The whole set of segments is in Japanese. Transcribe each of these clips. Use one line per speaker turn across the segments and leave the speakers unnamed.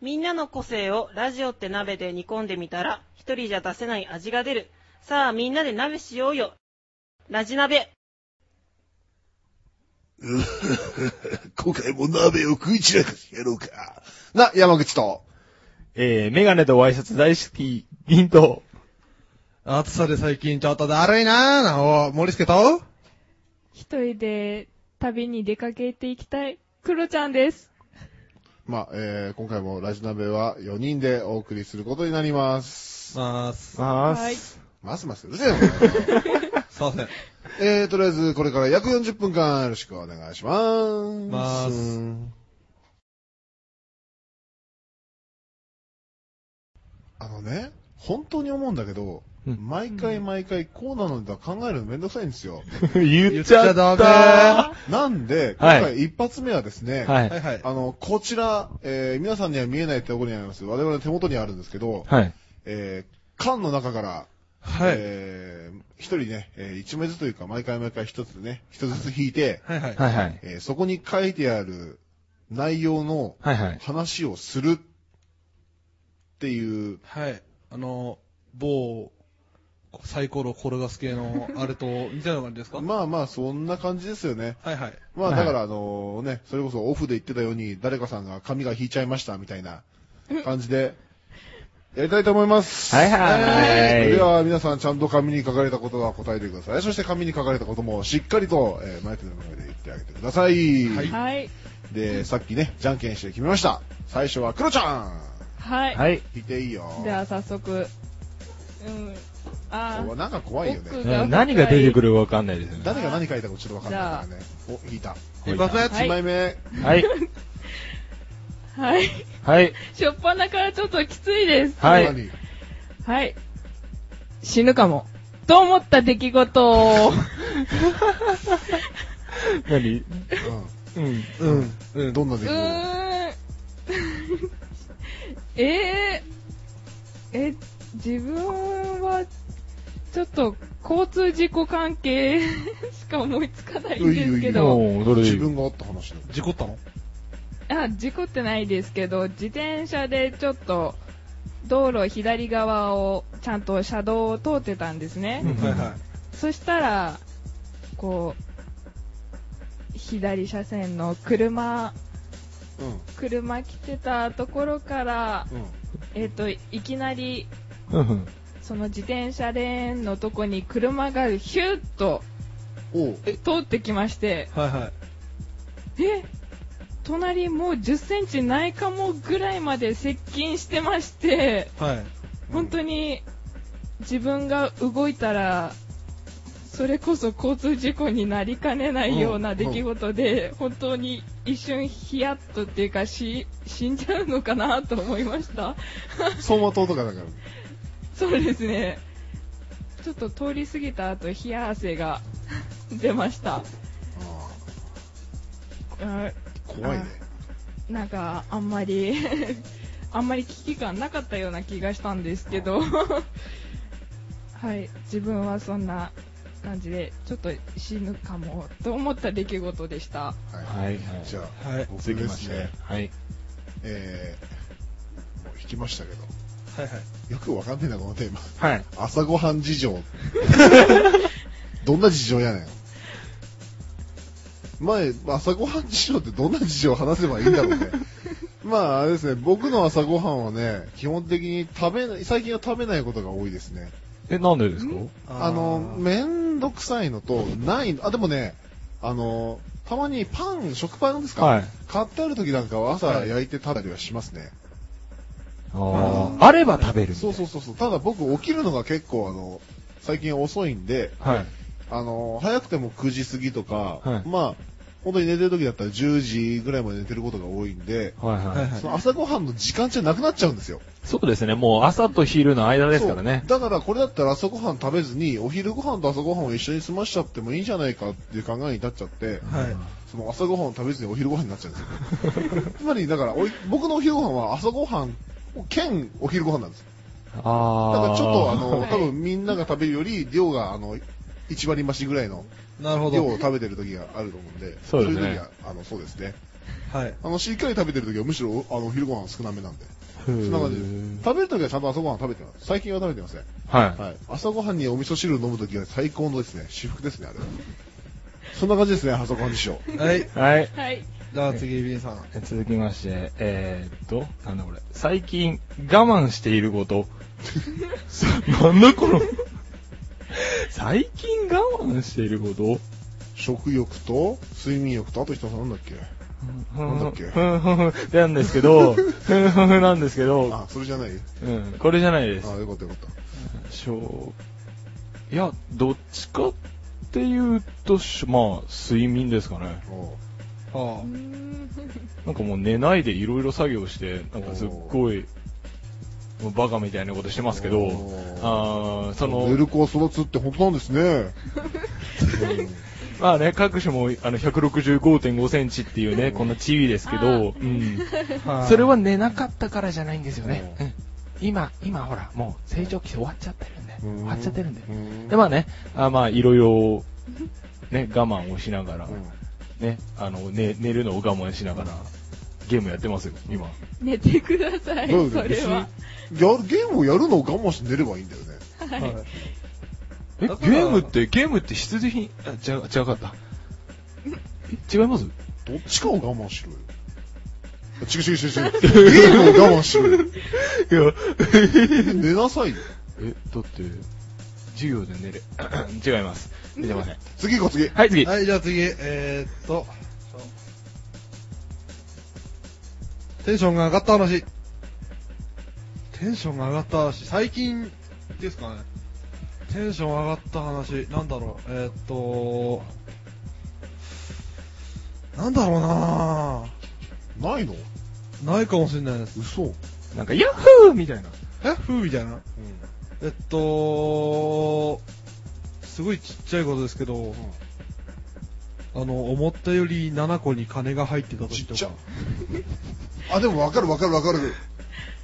みんなの個性をラジオって鍋で煮込んでみたら、一人じゃ出せない味が出る。さあ、みんなで鍋しようよ。ラジ鍋。
今回も鍋を食い散らかしてやろうか。
な、山口と。
えー、メガネとワイシャツ大好き、銀と、
暑さで最近ちょっとだるいなぁ、なお、森助と
一人で旅に出かけていきたい、クロちゃんです。
まあ、えー、今回もラジナベは4人でお送りすることになります。
まーす。
ま
はい
ー。
ますますうるせえなお前
すいません。
えー、とりあえず、これから約40分間よろしくお願いします。
まーす
あのね、本当に思うんだけど、
うん
毎回毎回こうなのでは考えるのめんどくさいんですよ。
言っちゃった
言っちゃ
なんで、今
はい
回一発目はですね、
は
はい
い。
はい。
あの、こちら、えー皆さんには見えないところにあります。我々の手元にあるんですけど、
はい。
えー缶の中から、
はい。
えー一人ね、えー一枚ずつというか、毎回毎回一つね、一つずつ引いて、
はいはい。
はいはい。
えーそこに書いてある内容の
はいはい。
話をするっていう、
はい。あの、某、サイコロ転がす系 の、あれと、似たような感じですか
まあまあ、そんな感じですよね。
はいはい。
まあ、
はい
だから、あのね、それこそオフで言ってたように、誰かさんが髪が引いちゃいましたみたいな感じで、やりたいと思います。
はいはい
では、皆さん、ちゃんと紙に書かれたことは答えてください。そして、紙に書かれたことも、しっかりと、えー、マイクの前で言ってあげてください。
はい
はい。
で、さっきね、じゃんけんして決めました。最初は、クロちゃん
はい。
はい。
引いていいよ。
では早速、うん。あ
おなんか怖いよね。
僕
うん何が出てくるかわかんないですよね。
誰が何書いたかちょっとわかんないからね。お、引いた。
一発目
はい
1枚目。
はい。
ーはい。
はい。
しょっぱなからちょっときついです。
はい。
何
はい。死ぬかも。と思った出来 事を、
何うん。
うん。うん。どんな出来
う
事
ーん。 えー、え、自分は、ちょっと、交通事故関係 しか思いつかないんですけ
ういいよ
ど、
おー、どれでい
自
い
分があった話だよ。
事故ったの
あ、事故ってないですけど、自転車でちょっと、道路左側を、ちゃんと車道を通ってたんですね。
うん
はいは
そしたら、こう、左車線の車、
う
車来てたところから、
ん。うん。
えっ、と、いきなり、
うんうん
その自転車レーンのとこに車がヒューッと
おう。
通ってきまして、
い。はいはい。
え隣もう10センチないかもぐらいまで接近してまして、
はい。
本当に自分が動いたら、それこそ交通事故になりかねないような出来事で、本当に一瞬ヒヤッとっていうかし、死んじゃうのかなと思いました。
走馬灯とかだから。
そうですね。ちょっと通り過ぎた後、冷や汗が出ました。
あ
あ
ー怖いね。
なんか、あんまり、 あんまり危機感なかったような気がしたんですけど、 はい、自分はそんな感じで、ちょっと死ぬかもと思った出来事でした。
は。
はいい。はい
じゃあ、
はい。
僕
続き
で
ますして
ね。。
はい。
えー、もう引きましたけど。
はいはい。
よくわかんねえな、このテーマ。
はい。
朝ごはん事情。どんな事情やねん。前、朝ごはん事情ってどんな事情を話せばいいんだろうね。まあ、あれですね、僕の朝ごはんはね、基本的に食べない、最近は食べないことが多いですね。
え、なんでですか
あの、めんどくさいのと、ないの、あ、でもね、あの、たまにパン、食パンですか、
はい
買ってある時なんかは朝
はい
焼いて食べたりはしますね。
あーあれば食べるみたい
そう
な。
そうそうそう。ただ僕起きるのが結構あの、最近遅いんで、
はい。
あの、早くても9時過ぎとか、
はい
まあ、本当に寝てる時だったら10時ぐらいまで寝てることが多いんで、
はい
は
はいい。
はい
そ。の朝ごはんの時間じゃなくなっちゃうんですよ。
そうですね。もう朝と昼の間ですからね。
そうだからこれだったら朝ごはん食べずに、お昼ご飯と朝ごはんを一緒に済ましちゃってもいいんじゃないかっていう考えに至っちゃって、
はい。
その朝ごはんを食べずにお昼ご飯になっちゃうんですよ。つまり、だからおい僕のお昼ご飯は朝ごはん兼お昼ご飯なんです。だか
あ
ら
あ。
ちょっとあの、
はい
多分みんなが食べるより量があの、1割増しぐらいの
なるほ
量を
ど。
食べてる時があると思うんで、
そうですね
い時は、あの、そうですね。
はい。
あの、しっかり食べてる時はむしろ、あの、お昼ご飯少なめなんで。
そ
そんな感じです。食べる時はちゃんと朝ごはん食べてます。最近は食べてません。
は
はい。朝ごはんにお味噌汁を飲む時は最高のですね、私服ですね、あれは。そんな感じですね、朝ごはんでしょ
はい。
い。はい。
はい。
じゃあ次、B さん。
続きまして、えー、っと、なんだこれ。最近、我慢してい ること。さなんだこの。最近我慢していること
食欲と、睡眠欲と、あと一つなんだっけなんだっけ
ふんふんふんふんなんですけど、 ふんふんふんなんですけど、
あ、それじゃない
うん、これじゃないです
あ、。よかったよかった。
しょういや、どっちかっていうとし、まあ、睡眠ですかね。
おう
あ
うーん
なんかもう寝ないでいろいろ作業して、なんかすっごい、もうバカみたいなことしてますけど
おー、
あーそ
寝る
の、
子を育つって本当なんです ね。
まあね、各種もあの165.5センチっていうね、こんな地位ですけど、うん、
あ
それは
ね、
寝なかったからじゃないんですよね。
う
うん今、今ほら、もう成長期終わっちゃってるんで、
うん
終わっちゃってるんで。
うん
で、まあね、あまあ、いろいろ、ね、我慢をしながら
う、ん
ね、あの、ね、寝るのを我慢しながら、ゲームやってますよ、今。
寝てください、
どう
それは。
別にやるゲームをやるのを我慢して寝ればいいんだよね。
はい
え、ゲ
だから
ームって、ゲームって必需品、あ、違う、違かった。え違います
どっちかを我慢しろよ。あ違う違う違う違う。ゲームを我慢しろよ。
いや、
寝なさいよ。
え、だって、授業で寝る。 違います。寝てません。
次行こう次。
はい、次。
はい、じゃあ次、えー、っと。テンションが上がった話。テンションが上がった話。最近ですかね。テンション上がった話。なんだろう。えー、っと。なんだろうな
ないの
ぁ。ないかもしれないです。
嘘。うん。
なんか、ヤッホーみたいな。
えふうみたいな。えっと、すごいちっちゃいことですけど、あの、思ったより7個に金が入ってた
ちっ
時と
ちゃ
か。。
あ、でもわかるわかるわかる。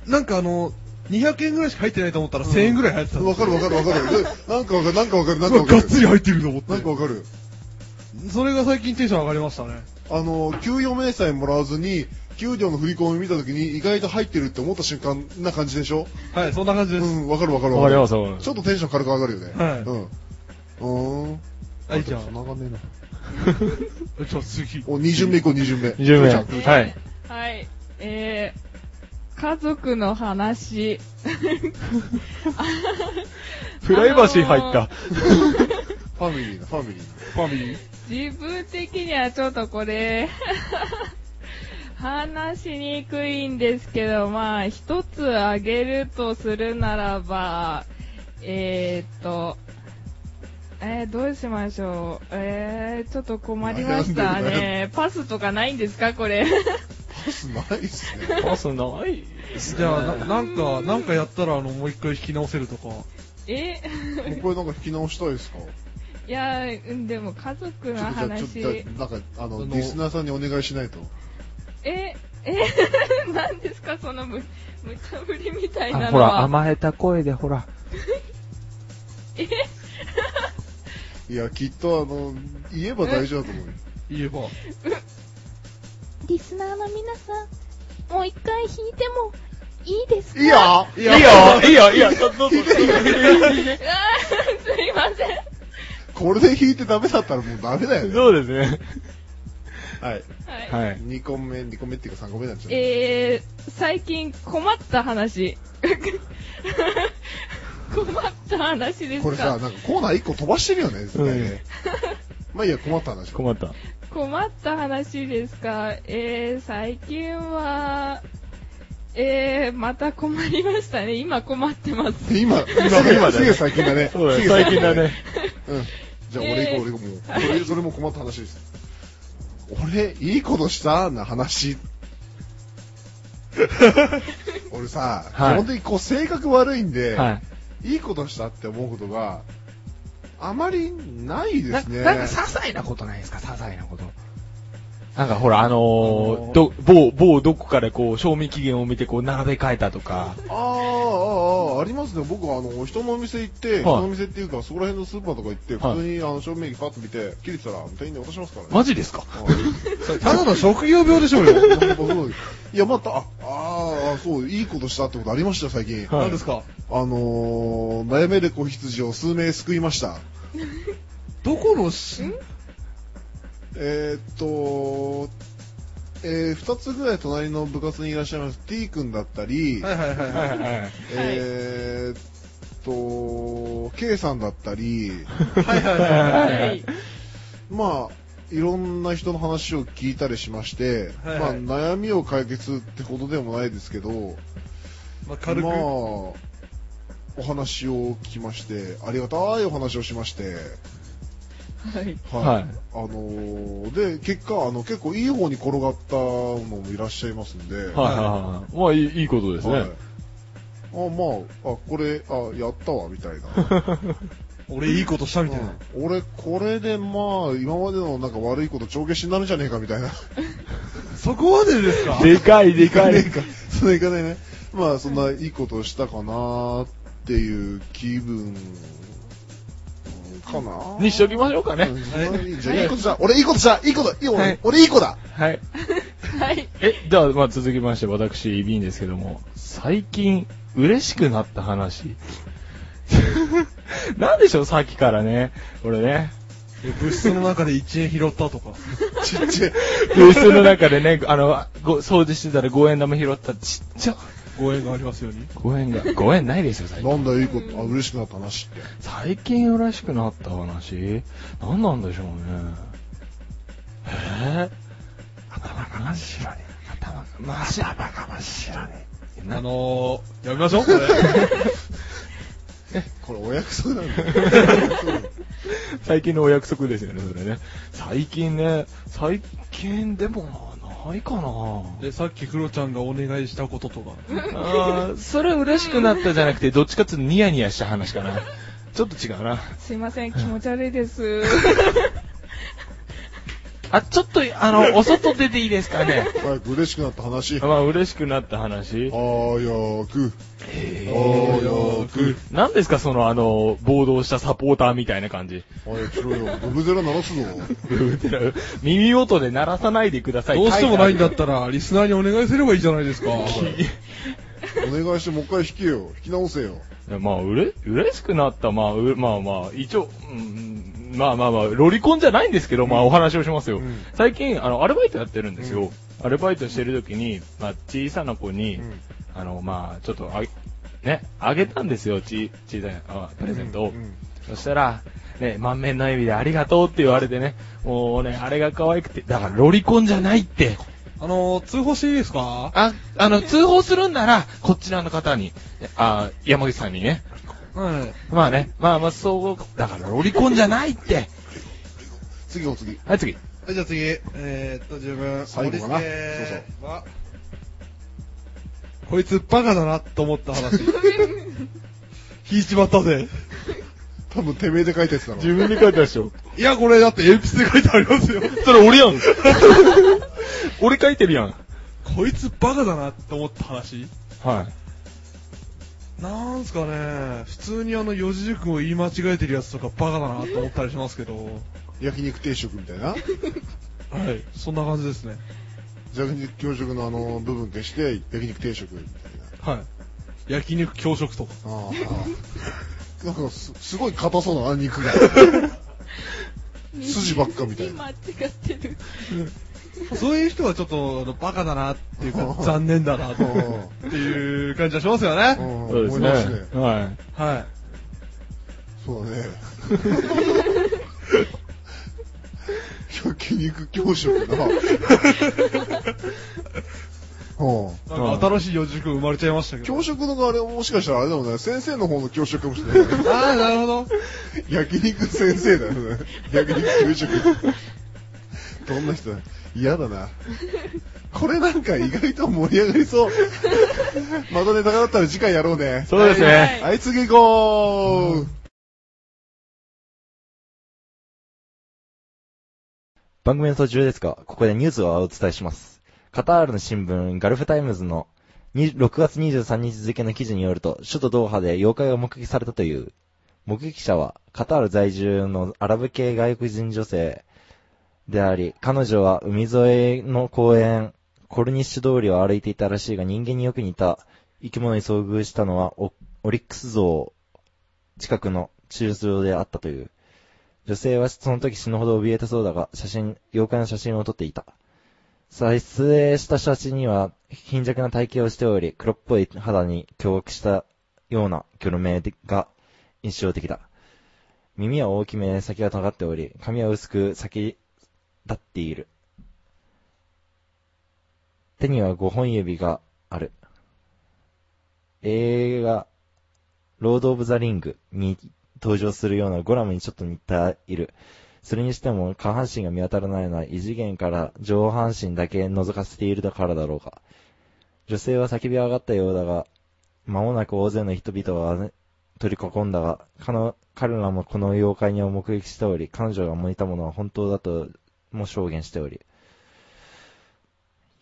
なんかあの、200円ぐらいしか入ってないと思ったら1000円ぐらい入ってたんで
わ
す
かるわかるわかる。なんかわかる、なんかわかる、なん
う
か
わ
わか
がっ
る。
つり入ってると思って。
なんかわかる。
それが最近テンション上がりましたね。
あの、給与明細もらわずに、給料の振り込み見たときに意外と入ってるって思った瞬間な感じでしょ
はい、そんな感じ
う
です。
ん、わかるわかる
わかります、わかります
ちょっとテンション軽く上がるよね。
はい
うん。うーん。
はい、じゃあ
そん、な上がんねえな。
じゃあ次。
お、二巡目行こう、二巡目。
二巡目
父ちゃん父ちゃん
はい。
はい。えー、家族の話。
プライバシー入った。
ファミリーな、ファミリー
ファミリー。
自分的にはちょっとこれ、 話しにくいんですけど、まあ、一つ挙げるとするならば、えー、っと、えー、どうしましょう。えー、ちょっと困りました
悩んでる悩
ね。パスとかないんですか、これ。
パスないっすね。
パスない。
じゃあ、ななんか、なんかやったら、あの、もう一回引き直せるとか。
え
もうこれなんか引き直したいですか
いやー、うんでも家族の
ちょっとじゃあ、ちょっと
話。
じゃあ、なんか、あ
あ
の、
の
リスナーさんにお願いしないと。
え、 え、何ですか、そのむ、無茶ぶりみたいな
あ
の
ほら、
は。
甘えた声で、ほら。
え
いや、きっとあの、言えば大丈夫だと思うよ。
言えば。
リスナーの皆さん、もう一回弾いてもいいですか
いいや
いいよ、いいよ、いいよ、どどうぞ。
あーすいません。
これで引いてダメだったらもうダメだよね。
そうですね。
はい。
はい。
はい。
2個目、2個目っていうか3個目になっちゃう。
えー、最近困った話。 困った話ですか
これさ、なんかコーナー1個飛ばしてるよね、絶対ね。まあいいや、困った話。
困った。
困った話ですかえー、最近は、えー、また困りましたね。今困ってます。
今、今、
今だね
すぐ最近だね。
そうだ
す
よ、
ぐ
最近だね。。
うん。じゃあ俺行こう、俺行こう。もう、それ、それも困った話です。俺、いいことしたな話。俺さ、
はい
基本的にこう性格悪いんで、、
はい
いことしたって思うことが、あまりない
い。
で
な
すね。
なんか、些細なことないですか些細なこと。なんかほら、あの
のー
ー、ど、某、某どこかでこう、賞味期限を見てこう、並べ替えたとか。
ああ、ああ、ああ、ありますね。僕はあの、人のお店行って、
い
人のお店っていうか、そこら辺のスーパーとか行って、
はい
普通にあの、照明機パッと見て、切れてたら、店員で渡しますからね。
マジですか
ただの職業病でしょうよ。
うんいや、また、ああー、そう、いいことしたってことありましたよ、最近。
はい
何ですか
あのー、悩める子羊を数名救いました。
どこのし、
えーっと、えー、二つぐらい隣の部活にいらっしゃいます、T 君だったり、
はいはいはいはい。
はい。
えーっと、K さんだった り、
はいはいはいはい。
はい。
まあ、いろんな人の話を聞いたりしまして、
はいはい
まあ、悩みを解決ってほどでもないですけど、
まあ、軽く。
まあ、お話を聞きまして、ありがたいお話をしまして、
はい。
はい
あのーで、結果、あの、結構いい方に転がったのもいらっしゃいますんで、
はいはいはい。まあ、いいいいことです
はい
ね。
あ、まあ、あ、これ、あ、やったわ、みたいな。
俺いいことしたみたいな。
うん俺、これでまあ、今までのなんか悪いこと帳消しになるんじゃねえか、みたいな。
そこまでですか
でかいで かい。
それいかないね。まあ、そんないいことをしたかなっていう気分、かな
にしときましょうかね
う。んそんなにじゃあ、いいことじゃ、俺いいことじゃ、いいこと、いい俺、
はい
俺いい子だ。
はい。
はい。
え、じゃあ、まあ、続きまして、私、イビンですけども、最近、嬉しくなった話。 なんでしょう、さっきからね。これね。
物質の中で1円拾ったとか。
ちっちゃい。
ブースの中でね、あの、ご掃除してたら5円玉拾った。ちっちゃ。
ご縁がありますように。
5円が、5円ないですよ、最近。
なんだよ、いいこと、あ、嬉しくなった話って。
最近嬉しくなった話何なんでしょうね。えー、頭が真っ白に。頭が真っ白頭が真っ白に。
あのー、やめましょう、これ。
これお約束なんだよ。
最近のお約束ですよね、それね。最近ね、最近でもないかな
で、さっきクロちゃんがお願いしたこととか。
あーそれ嬉しくなったじゃなくて、どっちかっていうとニヤニヤした話かな。ちょっと違うな。
すいません、気持ち悪いです。
あ、ちょっと、あ の、お外出ていいですかね。
早く嬉しくなった 話。あ
まあ、嬉しくなった話。
ーやく、あ
え
ーやく。
ー何ですか、その、あの、暴動したサポーターみたいな感じ。
早くしろよ。ブブゼラ鳴らすぞ。
耳元で鳴らさないでください。
どうしてもないんだ
書
ったら、リスナーにお願いすればいいじゃないですか。
いてある
お願いしてもう一回引けよ。引き直せよ。
いやまあ、うれ、嬉しくなった、まあ、うまあまあ、一応、うん、まあまあまあ、ロリコンじゃないんですけど、まあお話をしますよ。
うん
最近、あの、アルバイトやってるんですよ。アルバイトしてる時に、まあ、小さな子に、
ん
あの、まあ、ちょっとあげ、ね、あげたんですよ、ち、小さい、あプレゼントを。そしたら、ね、満面の笑みでありがとうって言われてね、もうね、あれが可愛くて、だからロリコンじゃないって。
あのー、通報していいですか
あ、あの、通報するんなら、こちらの方に、あ、山口さんにね、
はい。
まあね、まあまあ、そう、だからロリコンじゃないって。
次お次。
はい、次。
はい、じゃあ次。えー、っと、自分、
最後かな
森助はこいつバカだなと思った話。 引いちまったぜ。
多分てめえで書いたやつだろ。
分で書いたでしょ。
いや、これだって鉛筆で書いてありますよ。
それ俺やん。 俺書いてるやん。
こいつバカだなと思った話
はい。
なんすかね、普通にあの四字熟語言い間違えてるやつとかバカだなと思ったりしますけど、
焼肉定食みたいな。
はい、そんな感じですね。
焼肉教食のあの部分消して、焼肉定食みたいな。
はい。焼肉教食とか。
ああ。なんかす、すごい硬そうだな、肉が。筋ばっかみたいな。
間違ってる。
そういう人はちょっとあのバカだなっていう か、残念だなとっていう感じはしますよ
う
ね。
ん
そうです
思
ね
いますね。。
は
は
そうだね。焼肉教食だな。うん。
い。なんか新しい四字熟語生まれちゃいましたけど。
教職のあれもしかしたらあれだもんね、先生の方の教職かもしれない。
ああ、なるほど。
焼肉先生だよね。焼肉給食。どんな人だ嫌だな。これなんか意外と盛り上がりそう。またネタがあったら次回やろうね
い。。そうですね。
はい、次行こう、
番組の途中ですが、ここでニュースをお伝えします。カタールの新聞、ガルフタイムズの、に6月23日付の記事によると、首都ドーハで妖怪が目撃されたという。目撃者は、カタール在住のアラブ系外国人女性であり、彼女は海沿いの公園、コルニッシュ通りを歩いていたらしいが、人間によく似た生き物に遭遇したのはオ、オリックス像近くの駐車場であったという。女性はその時死ぬほど怯えたそうだが、写真、妖怪の写真を撮っていた。撮影した写真には貧弱な体型をしており、黒っぽい肌に凶悪したような巨名が印象的だ。耳は大きめ、先が尖っており、髪は薄く先立っている。手には5本指がある。映画、ロード・オブ・ザ・リングに登場するようなゴラムにちょっと似ている。それにしても下半身が見当たらないのは異次元から上半身だけ覗かせているからだろうか。女性は叫び上がったようだが、間もなく大勢の人々はね取り囲んだが、彼の彼らもこの妖怪に目撃しており、彼女が向いたものは本当だとも証言しており、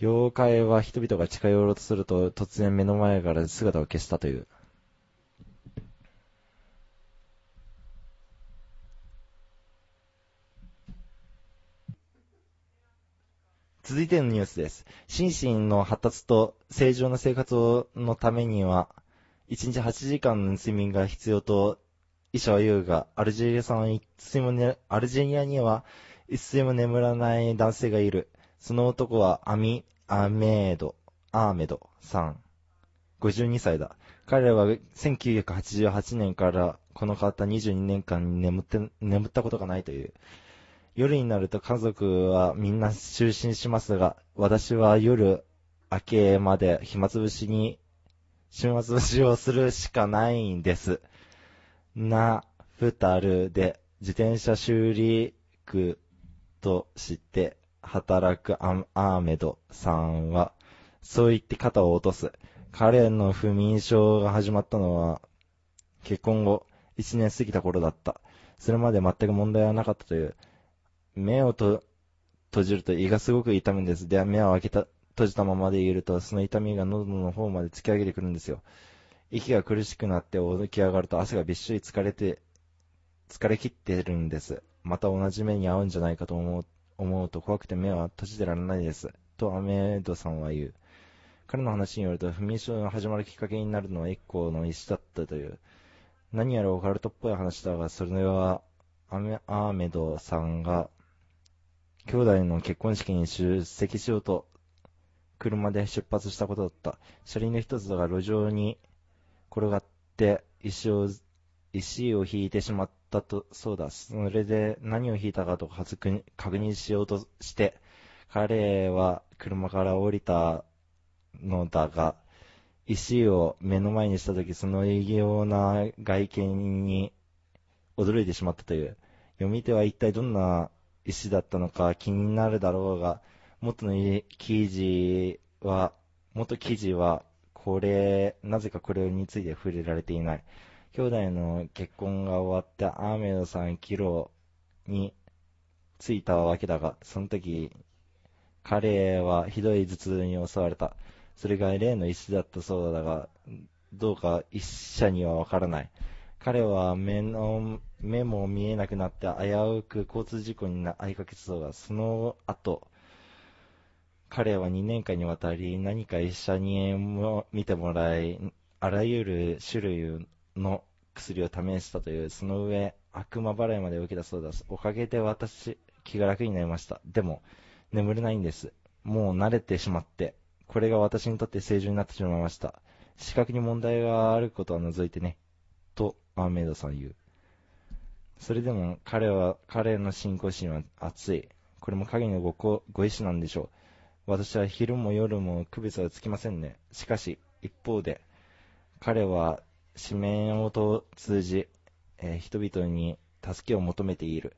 妖怪は人々が近寄ろうとすると突然目の前から姿を消したという。続いてのニュースです。心身の発達と正常な生活をのためには、1日8時間の睡眠が必要と、医者は言うが、アルジェリアさんは一睡もね、アルジェリアには一睡も眠らない男性がいる。その男はアミ、アメード、アーメドさん。52歳だ。彼らは1988年からこの方22年間に眠って、眠ったことがないという。夜になると家族はみんな就寝しますが、私は夜明けまで暇つぶしに、暇つぶしをするしかないんです。な、ふたるで自転車修理区として働くアアーメドさんは、そう言って肩を落とす。彼の不眠症が始まったのは、結婚後、1年過ぎた頃だった。それまで全く問題はなかったという。目をと閉じると胃がすごく痛むんです。で、目を開けた、閉じたままでいると、その痛みが喉の方まで突き上げてくるんですよ。息が苦しくなって起き上がると汗がびっしり疲れて、疲れ切ってるんです。また同じ目に遭うんじゃないかと思う、思うと怖くて目は閉じてられないです。とアメードさんは言う。彼の話によると、不眠症が始まるきっかけになるのは一個の石だったという。何やらオカルトっぽい話だが、それは、アメ、アーメドさんが兄弟の結婚式に出席しようと、車で出発したことだった。車輪の一つが路上に転がって、石を、石を引いてしまったと、そうだ。それで何を引いたかとか確認確認しようとして、彼は車から降りたのだが、石を目の前にしたとき、その異様な外見に驚いてしまったという。読み手は一体どんな石だったのか気になるだろうが、元の記事は、元記事は、これ、なぜかこれについて触れられていない。兄弟の結婚が終わって、アーメドさんキロに着いたわけだが、その時、彼はひどい頭痛に襲われた。それが例の石だったそうだが、どうか一社にはわからない。彼は目の、目も見えなくなって危うく交通事故にな遭いかけそうが、その後、彼は2年間にわたり何か医者にも見てもらい、あらゆる種類の薬を試したという、その上、悪魔払いまで受けたそうだ。おかげで私、気が楽になりました。でも、眠れないんです。もう慣れてしまって、これが私にとって正常になってしまいました。視覚に問題があることは除いてね。とアーメイドさん言う。それでも彼は、彼の信仰心は熱い。これも影のごこご意志なんでしょう。私は昼も夜も区別はつきませんね。しかし、一方で、彼は紙面を通じ、えー人々に助けを求めている。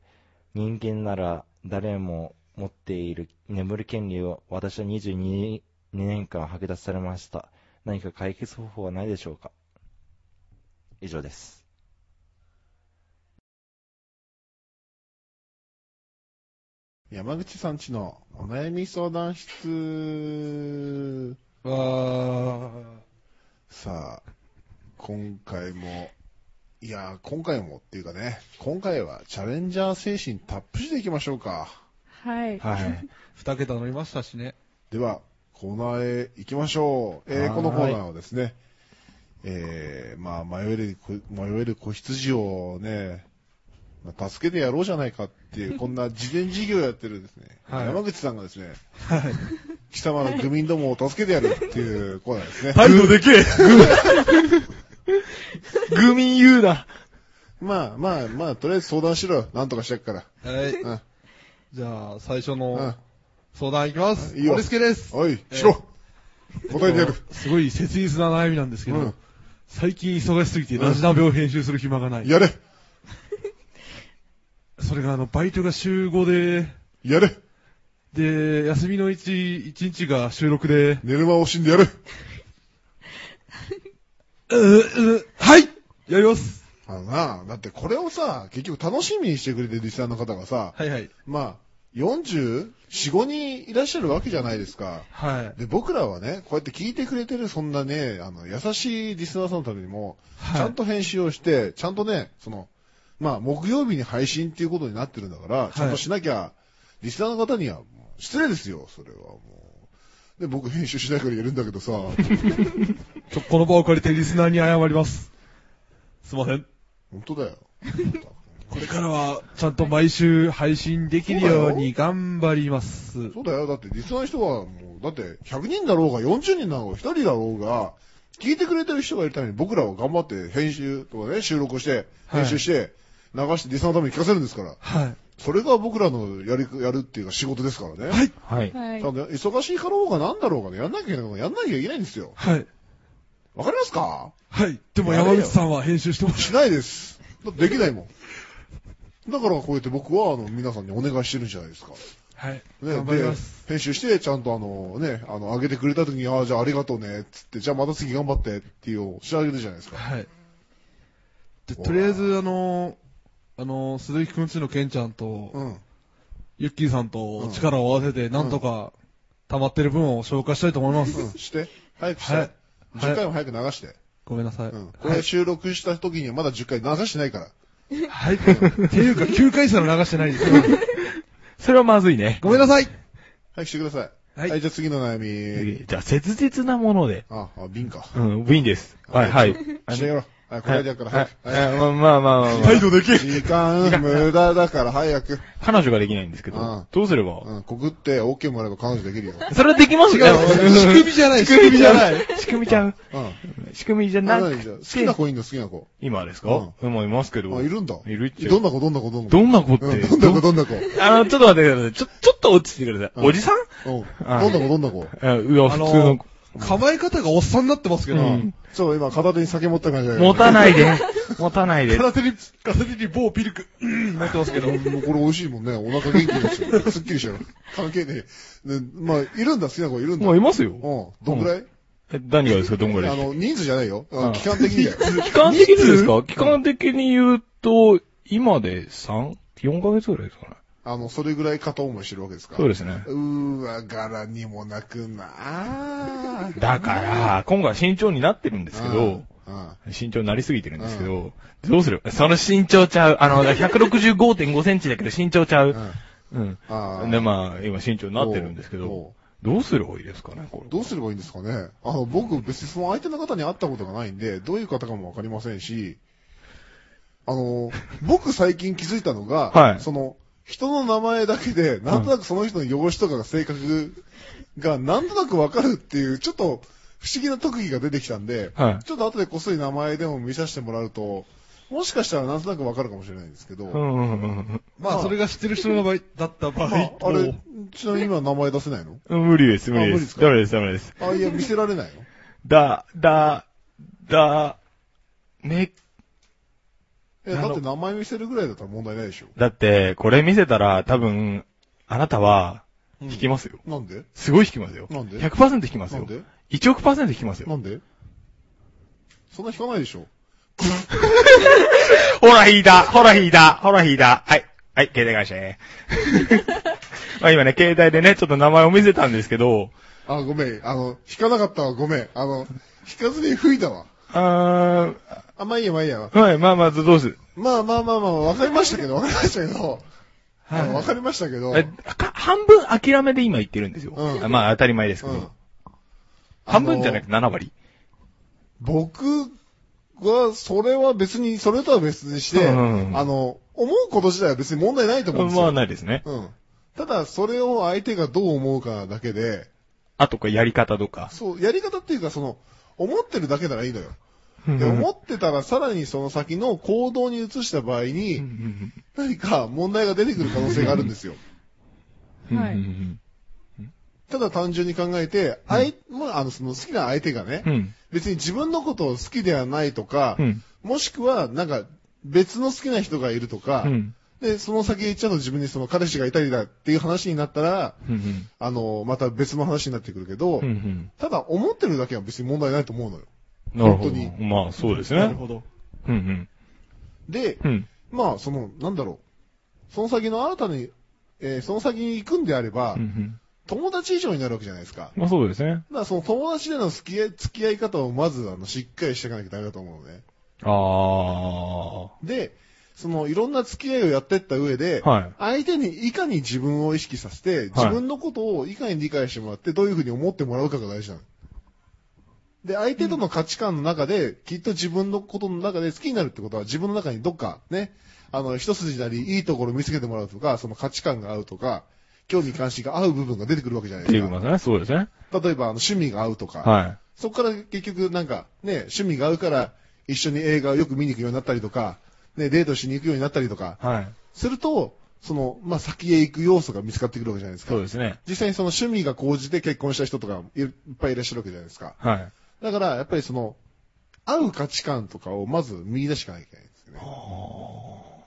人間なら誰も持っている眠る権利を私は22年間剥奪されました。何か解決方法はないでしょうか以上です。
山口さんちのお悩み相談室。
わー、
今回も、いやー、今回もっていうかね、今回はチャレンジャー精神たっぷりでいきましょうか。
はい。
はい。
二桁乗りましたしね。
では、コーナーへ行きましょう。えー
はーい
このコーナーはですね、えー、まあ、迷える子、迷える子羊をね、まあ助けてやろうじゃないかって いう、こんな事前事業やってるですね、
はい
山口さんがですね、 貴様の愚民どもを助けてやるっていうコーナーですね。
態度でけ えグミン言うな。
まあまあまあ、とりあえず相談しろよ。なんとかしてやっから。
はい。
うん
じゃあ、最初
うん
の相談いきます。
いいよ
森助です。
おい、しろ答えてやる。
すごい切実な悩みなんですけど、
うん
最近忙しすぎてラジナベを編集する暇がない。
やれ
それがあの、バイトが週5
やれ
で、で、休みのうち1日が収録で、
寝る間を惜しんでやる
うううはいやります
あのな、だってこれをさ、結局楽しみにしてくれてるリスナーの方がさ、
はいはい。
まあ、44、5人いらっしゃるわけじゃないですか。
はい。
で、僕らはね、こうやって聞いてくれてる、そんなね、あの、優しいリスナーさんのためにも、ちゃんと編集をして、ちゃんとね、その、まあ、木曜日に配信っていうことになってるんだから、
い
ちゃんとしなきゃ、リスナーの方には、もう失礼ですよ、それはもう。で、僕編集しないからやるんだけどさ、
ちょ、この場を借りてリスナーに謝ります。すいません。
本当だよ。
これからは、ちゃんと毎週配信できるように頑張ります。
そうだよ。だって、リスナーの人は、もう、だって、100人だろうが、40人だろうが、1人だろうが、聞いてくれてる人がいるために、僕らは頑張って、編集とかね、収録をして、
はい
編集して、流して、リスナーのために聞かせるんですから。
は
それが僕らのやり、やるっていうか、仕事ですからね。
はい
はい。
はい
た。だね忙しいかろうがなんだろうがね、やんなきゃいけないことやんなきゃいけないんですよ。
はい。
わかりますか
はい。でも
やれ
山
よ
口さんは編集してまし
しないです。だってできないもん。だから、こうやって僕は、あの、皆さんにお願いしてるんじゃないですか。
た。はい。
ね、
頑張ります。
で編集して、ちゃんとあの、ね、あの、上げてくれた時に、ああ、じゃあありがとうね、つって、じゃあまた次頑張ってっていうを仕上げるじゃないですか。
はい。で、
うわ
とりあえず、あのー、あのー、鈴木くんちのケンちゃんと、
うん。
ユッキーさんと力を合わせて、なんとか、溜まってる分を消化したいと思います。
うん、して。早くして。
はい。
10回も早く流して。
ごめんなさい。
うん。これ収録した時にはまだ10回流してないから。
はい。っていうか、9回すら流してないです。
それはまずいね。
ごめんなさい
早くしてください。は。
はいい
じゃあ次の悩み。
じゃあ、切実なもので。
あ、あ、瓶か。
うん、ウィンです。はい、はい。
してやろう。はい、これだから早く。
は
はい
い。まあまあまあまあまあ。
でけ時間無駄だから早く。
彼女ができないんですけ
うん
ど、どうすれば
うん、告って OK もらえば彼女できるよ。
それはできますよ。
仕組みじゃない
仕組みじゃない。仕組みちゃう。
うん。あ
仕組みじゃな
何
く
じゃあ好き
て
な、子いいの好きな子。
今ですか今いますけど。
あ、いるんだ。
いるっちゃ
どんな子、どんな子、どんな子。
どんな子って
うんどんな子、どんな子。うん
あの、ちょっと待ってください。ちょ、ちょっと落ち着いてください。おじさん
どん
あ
な子、どんな子。
あうわ、
あ
普
の
通の子。
構え方がおっさんになってますけど、
うん
ちょっと今、片手に酒持った感じだけど
持たないで。持たないで。
片手に、片手に棒ピルク、うん、持ってますけど、
うんもうこれ美味しいもんね。お腹元気ですよ。すっきりしちゃう。関係ねえ。ねまあ、いるんだ、好きな子いるんだ。
もういますよ
うん。。どんぐらい
え何がですか、どんぐら
あ
いです
の、人数じゃないよ。う
うんん
期間的にだよ。
期間的にですか期間的に言うと、今で 3?4 ヶ月ぐらいですかね。
あの、それぐらい片思いしてるわけですか
そうですね。
うーわ、柄にもなくな
だから、今回は慎重になってるんですけど、、
うんうん
慎重になりすぎてるんですけど、どうするその身長ちゃう。あの、165.5センチだけど身長ちゃ
う
う。
ん
うん。
あー
で、まあ、今身長になってるんですけ
おうおう、
どどうすればいいですかね、これ。
どうすればいいんですかねあの、僕、別にその相手の方に会ったことがないんで、どういう方かもわかりませんし、あの、僕最近気づいたのが、
はい
その、人の名前だけで、なんとなくその人の容姿とか性格が、なんとなくわかるっていう、ちょっと不思議な特技が出てきたんで、
はい
ちょっと後でこっそり名前でも見させてもらうと、もしかしたらなんとなくわかるかもしれないんですけど、
うんうんうん
まあ、それが知ってる人の場合、だった場合、
ああ
も
れ
う、
ちなみに今名前出せないの
うん。無理です、無理
あ無
で
理です
す。
か
ダメです、ダメです。
あ、いや、見せられないの
だ、だ、だ、め、
え、だって名前見せるぐらいだったら問題ないでしょ。
だって、これ見せたら多分、あなたは、引きますよ。
なんで
すごい引きますよ。
なんで
?100% 引きます
なん
よ。
で
1億パーセント引きます
な
よ。
んでそんな引かないでしょ
ほら引いたほら引いたほら引いたはい。はい、携帯会 社ね。まあ今ね、携帯でね、ちょっと名前を見せたんですけど、
あ、ごめん。あの、引かなかったわ。ごめん。あの、引かずに吹いたわ。
あ
あ、まあいいや、まあいいや。
ー、はい、まあまあ、どうする。
まあまあまあまあ、わかりましたけど、わかりましたけど、
は
わ
い。
かりましたけど、
えか半分諦めで今言ってるんですよ。
うん
あまあ、当たり前ですけ
う
ど。
ん
半分じゃなくて7割。
僕は、それは別に、それとは別にして、
うん
あの、思うこと自体は別に問題ないと思うんです
まあ、
よ。
ないですね。
うん。ただ、それを相手がどう思うかだけで、
あとか、やり方とか。
そう、やり方っていうか、その、思ってるだけならいいのよ。で、思ってたらさらにその先の行動に移した場合
うん
に、何か問題が出てくる可能性があるんですよ。
うんうん
はい
うん
ただ単純に考えて、あい、まあ、あの、その好きな相手がね、
うん
別に自分のことを好きではないとか、
うん
もしくは、なんか、別の好きな人がいるとか、
うん
で、その先行っちゃうと自分にその彼氏がいたりだっていう話になったら、
うん
あの、また別の話になってくるけど、
うんうん
ただ思ってるだけは別に問題ないと思うのよ。
なるほ
本当
ど。まあ、そうですね。
なるほど。
うん
で、
うんうん
まあ、その、なんだろう。その先の新たに、えーその先に行くんであれば、
うんうん
友達以上になるわけじゃないですか。
まあ、そうですね。
だからその友達での付き合い、付き合い方をまず、あの、しっかりしていかなきゃダメだと思うのね。
ああ。は
で、その、いろんな付き合いをやってった上で、
い。
相手にいかに自分を意識させて、自分のことをいかに理解してもらって、どういうふうに思ってもらうかが大事なの。で、相手との価値観の中で、きっと自分のことの中で好きになるってことは、自分の中にどっかね、あの、一筋なり、いいところを見つけてもらうとか、その価値観が合うとか、興味関心が合う部分が出てくるわけじゃない
出
で
て
す
き
か。
ますね。そうですね。
例えば、あの、趣味が合うとか、
は
そこから結局なんか、ね、趣味が合うから、一緒に映画をよく見に行くようになったりとか、ね、デートしに行くようになったりとか、
い。はい。
すると、その、まあ、先へ行く要素が見つかってくるわけじゃないですか
そう。ですね。
実際にその趣味が高じて結婚した人とかいいっぱいいらっしゃるわけじゃないですか。
はい。
だから、やっぱりその、合う価値観とかをまず見出していかなきゃいけないんですよね。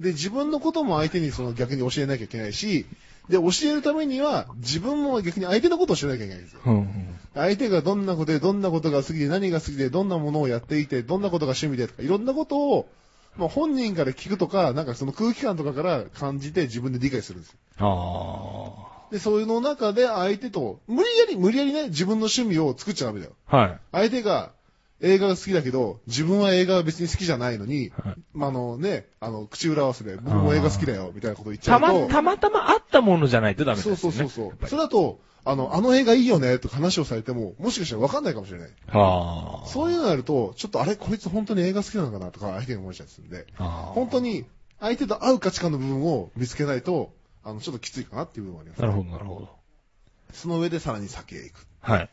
で、自分のことも相手にその逆に教えなきゃいけないし、で、教えるためには自分も逆に相手のことを知らなきゃいけないんですよ。
うんうん
相手がどんなことで、どんなことが好きで、何が好きで、どんなものをやっていて、どんなことが趣味でとか、いろんなことを、まあ、本人から聞くとか、なんかその空気感とかから感じて自分で理解するんですよ。
あ
で、そういうの中で相手と、無理やり、無理やりね、自分の趣味を作っちゃダメだよ。
あ。はい。
相手が映画が好きだけど、自分は映画は別に好きじゃないのに、
はい
まあ、あのね、あの、口裏合わせで、僕も映画好きだよ、みたいなこと言っちゃ
た
うと。
ま、たまたまあったものじゃないとダメです
そ
よ
う
ね。
そうそうそう。そ
は
れだと、あの、あの映画いいよね、とか話をされても、もしかしたら分かんないかもしれない。
あ。
そういうのやると、ちょっとあれ、こいつ本当に映画好きなのかなとか、相手に思っちゃうんで、
あ
本当に相手と合う価値観の部分を見つけないと、あの、ちょっときついかなっていう部分はあります。
なるほど、なるほど。
その上でさらに先へ行く。
はい。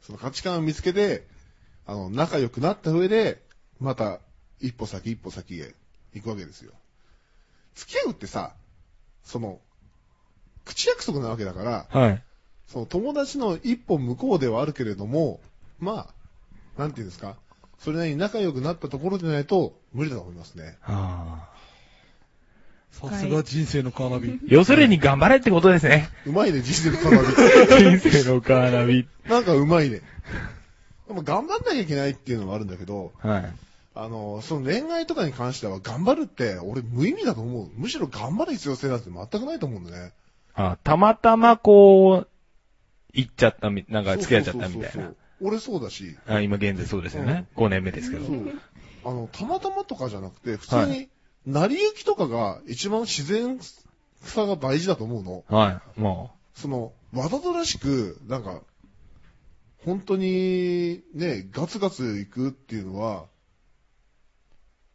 その価値観を見つけて、あの、仲良くなった上で、また、一歩先一歩先へ行くわけですよ。付き合うってさ、その、口約束なわけだから、
はい。
その友達の一歩向こうではあるけれども、まあ、なんていうんですか、それなりに仲良くなったところでないと無理だと思いますね。
ああ。
さすが人生のカーナビ。
要するに頑張れってことですね。
うまいね、人生のカーナ
人生のカーナビ。
ビ。なんかうまいね。でも頑張んなきゃいけないっていうのもあるんだけど、
はい。
あの、その恋愛とかに関しては頑張るって俺無意味だと思う。むしろ頑張る必要性なんて全くないと思うんだね。
あたまたまこう、行っちゃったみ、なんか付き合っちゃったみ
そ
たい
うそうそうそ
な
う。。俺そうだし、
あ今現在そうですよね。5年目ですけど
そ。う。あの、たまたまとかじゃなくて、普通に、成り行きとかが一番自然さが大事だと思うの。
はい。も
その、わざとらしく、なんか、本当に、ね、ガツガツ行くっていうのは、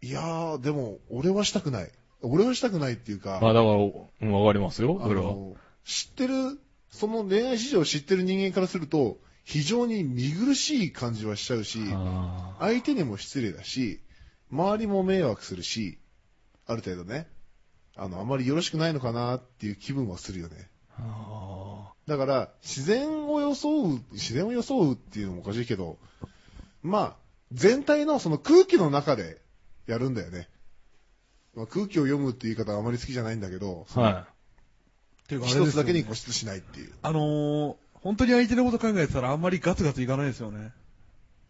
いやー、でも、俺はしたくない。俺はしたくないっていう
う。
か、
まあだから、うんわかりますよ、
あ
それは。
の、知ってる、その恋愛事情を知ってる人間からすると、非常に見苦しい感じはしちゃうし、
あ
相手にも失礼だし、周りも迷惑するし、ある程度ね、あの、あまりよろしくないのかなっていう気分はするよね。だから、自然を装う、自然を装うっていうのもおかしいけど、まあ、全体のその空気の中でやるんだよね。まあ、空気を読むっていう言い方はあまり好きじゃないんだけど、
あ。は
ていうかあれ
一
で
つ
すよ
だ
ね
けに固執しないっていう。
あのー、本当に相手のこと考えてたらあんまりガツガツいかないですよね。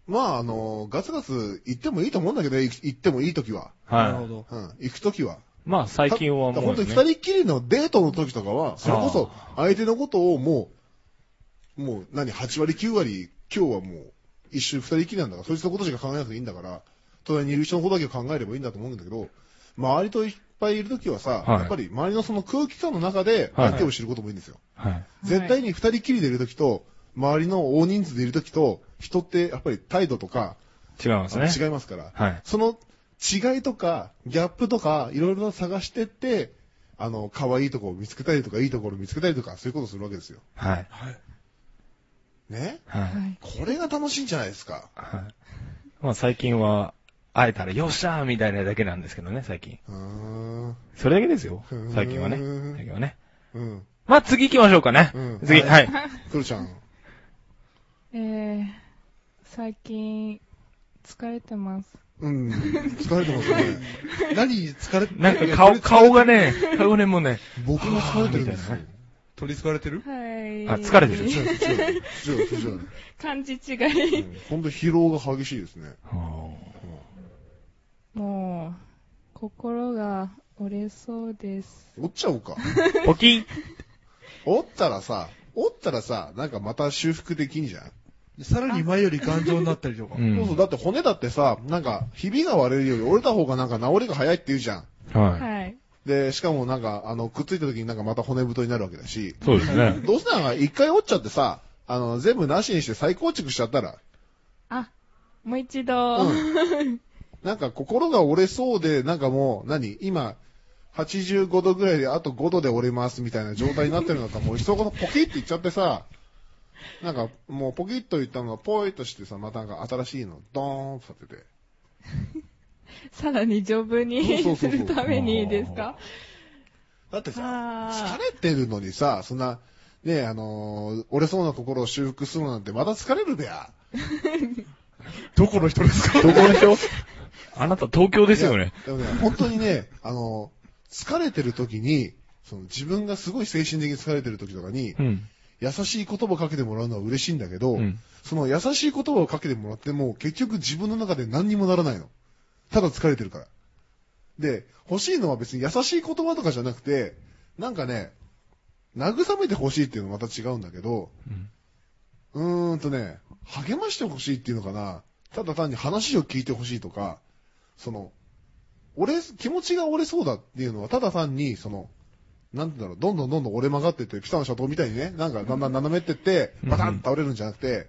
まあ、あの、ガツガツ行ってもいいと思うんだけど、行行ってもいいときは。
い。
なるほ
はい。
ど。
うん、行くときは。
まあ最近は
た
も
本
う、
当に
ね。
二人っきりのデートの時とかは、それこそ相手のことをもう、もう何、8割、9割、今日はもう、一周二人きりなんだから、そいつのことしか考えなくていいんだから、隣にいる人のことだけ考えればいいんだと思うんだけど、周りといっぱいいるときはさ、
はい
やっぱり周りのその空気感の中で
はい
相手を知ることもいいんですよ。
はい。
絶対に二人きりでいるときと、周りの大人数でいるときと、人ってやっぱり態度とか、
違いますね。
違いますから、
はい。
その違いとか、ギャップとか、いろいろ探してって、あの、可愛いとこを見つけたりとか、いいところを見つけたりとか、そういうことをするわけですよ。
はい。
ね
はい。
はい。
これが楽しいんじゃないですか。
はい。まあ最近は、会えたらよっしゃーみたいなだけなんですけどね、最近。
うーん。
それだけですよ
うーん。
最近はね。最近はね。
うん。
まあ次行きましょうかね。
うん
次、
は
はい。
くるちゃん。
えー、最近、疲れてます。
うん。疲れてますね。
何 疲れ、
なんか顔、顔がね、顔がね、もうね、
僕も疲れてるんですよ
は。
取り憑かれてる
はい。
あ疲れてる
違う違う違う違う。
感じ違
う
い。
んほんと疲労が激しいですね。
もう、心が折れそうです。
折っちゃおうか。
ポキン
折ったらさ、折ったらさ、なんかまた修復できんじゃん。
さらに前より頑丈になったりとか。
うん
そうそう、だって骨だってさ、なんか、ひびが割れるより折れた方がなんか治りが早いって言うじゃん。
は
はい。
で、しかもなんか、あの、くっついた時になんかまた骨太になるわけだし、
い。そうですね。
どうせなら一回折っちゃってさ、あの、全部なしにして再構築しちゃったら、
あ、もう一度、
なんか心が折れそうで、なんかもう、何今、85度ぐらいであと5度で折れますみたいな状態になってるんだったら、もう一言ポキっていっちゃってさ、なんかもうポキッといったのがポイっとしてさ、またなんか新しいのドーンと立てて。
さらに丈夫
そう
に
そうそう
す
そう
るためにですか
だってさ、疲
あ
れてるのにさ、そんな、ねえ、あのー折れそうな心を修復するのなんてまた疲れるべや。
どこの人ですか
どこでしょあなた東京ですよ
いや
ね。。
でもね、本当にね、あのー疲れてる時に、その自分がすごい精神的に疲れてる時とかに、
うん。
優しい言葉をかけてもらうのは嬉しいんだけど、
うん
その優しい言葉をかけてもらっても、結局自分の中で何にもならないの。ただ疲れてるから。で、欲しいのは別に優しい言葉とかじゃなくて、なんかね、慰めて欲しいっていうのはまた違うんだけど、うーんとね、励ましてほしいっていうのかな。ただ単に話を聞いてほしいとか、その、俺、気持ちが折れそうだっていうのは、ただ単に、その、なんて言うんだろう、どんどんどんどん折れ曲がってって、ピサのシャトーみたいにね、なんかだんだん斜めってって、
うん
バタンと倒れるんじゃなくて、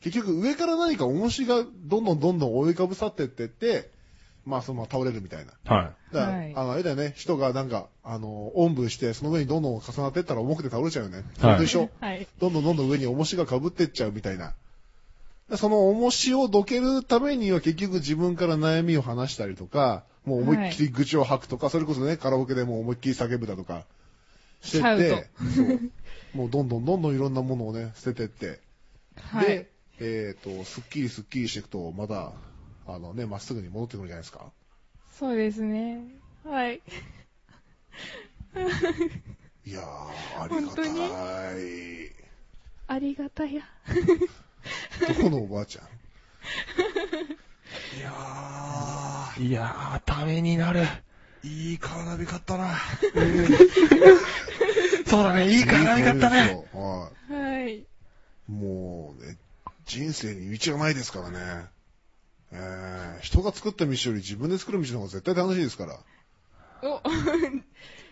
結局上から何か重しがどんどんどんどん覆いかぶさってってって、まあそのまま倒れるみたいな。
は
だから、
はい
あの、あれだよね、人がなんか、あの、おんぶして、その上にどんどん重なってったら重くて倒れちゃうよね。それと一緒。
ーはい。
どんどんどんどん上に重しが被ってっちゃうみたいな。でその重しをどけるためには結局自分から悩みを話したりとか、もう思いっきり愚痴を吐くとか、それこそね、カラオケでもう思いっきり叫ぶだとか、して
シャ
って
ウ、
そうもうどんどんどんどんいろんなものをね、捨ててって、
はい
で。、えっ、と、すっきりすっきりしていくと、また、あのね、まっすぐに戻ってくるじゃないですか。
そうですね。はい。
いやー、ありがたい。
ありがたや。
どこのおばあちゃん
いやー、
い。いやー、ためになる。
いいカーナビ買ったな。
そうだね、いいからよかったね。。
は
はい。
い。もうね、人生に道がないですからね。えー、人が作った道より自分で作る道の方が絶対楽しいですから。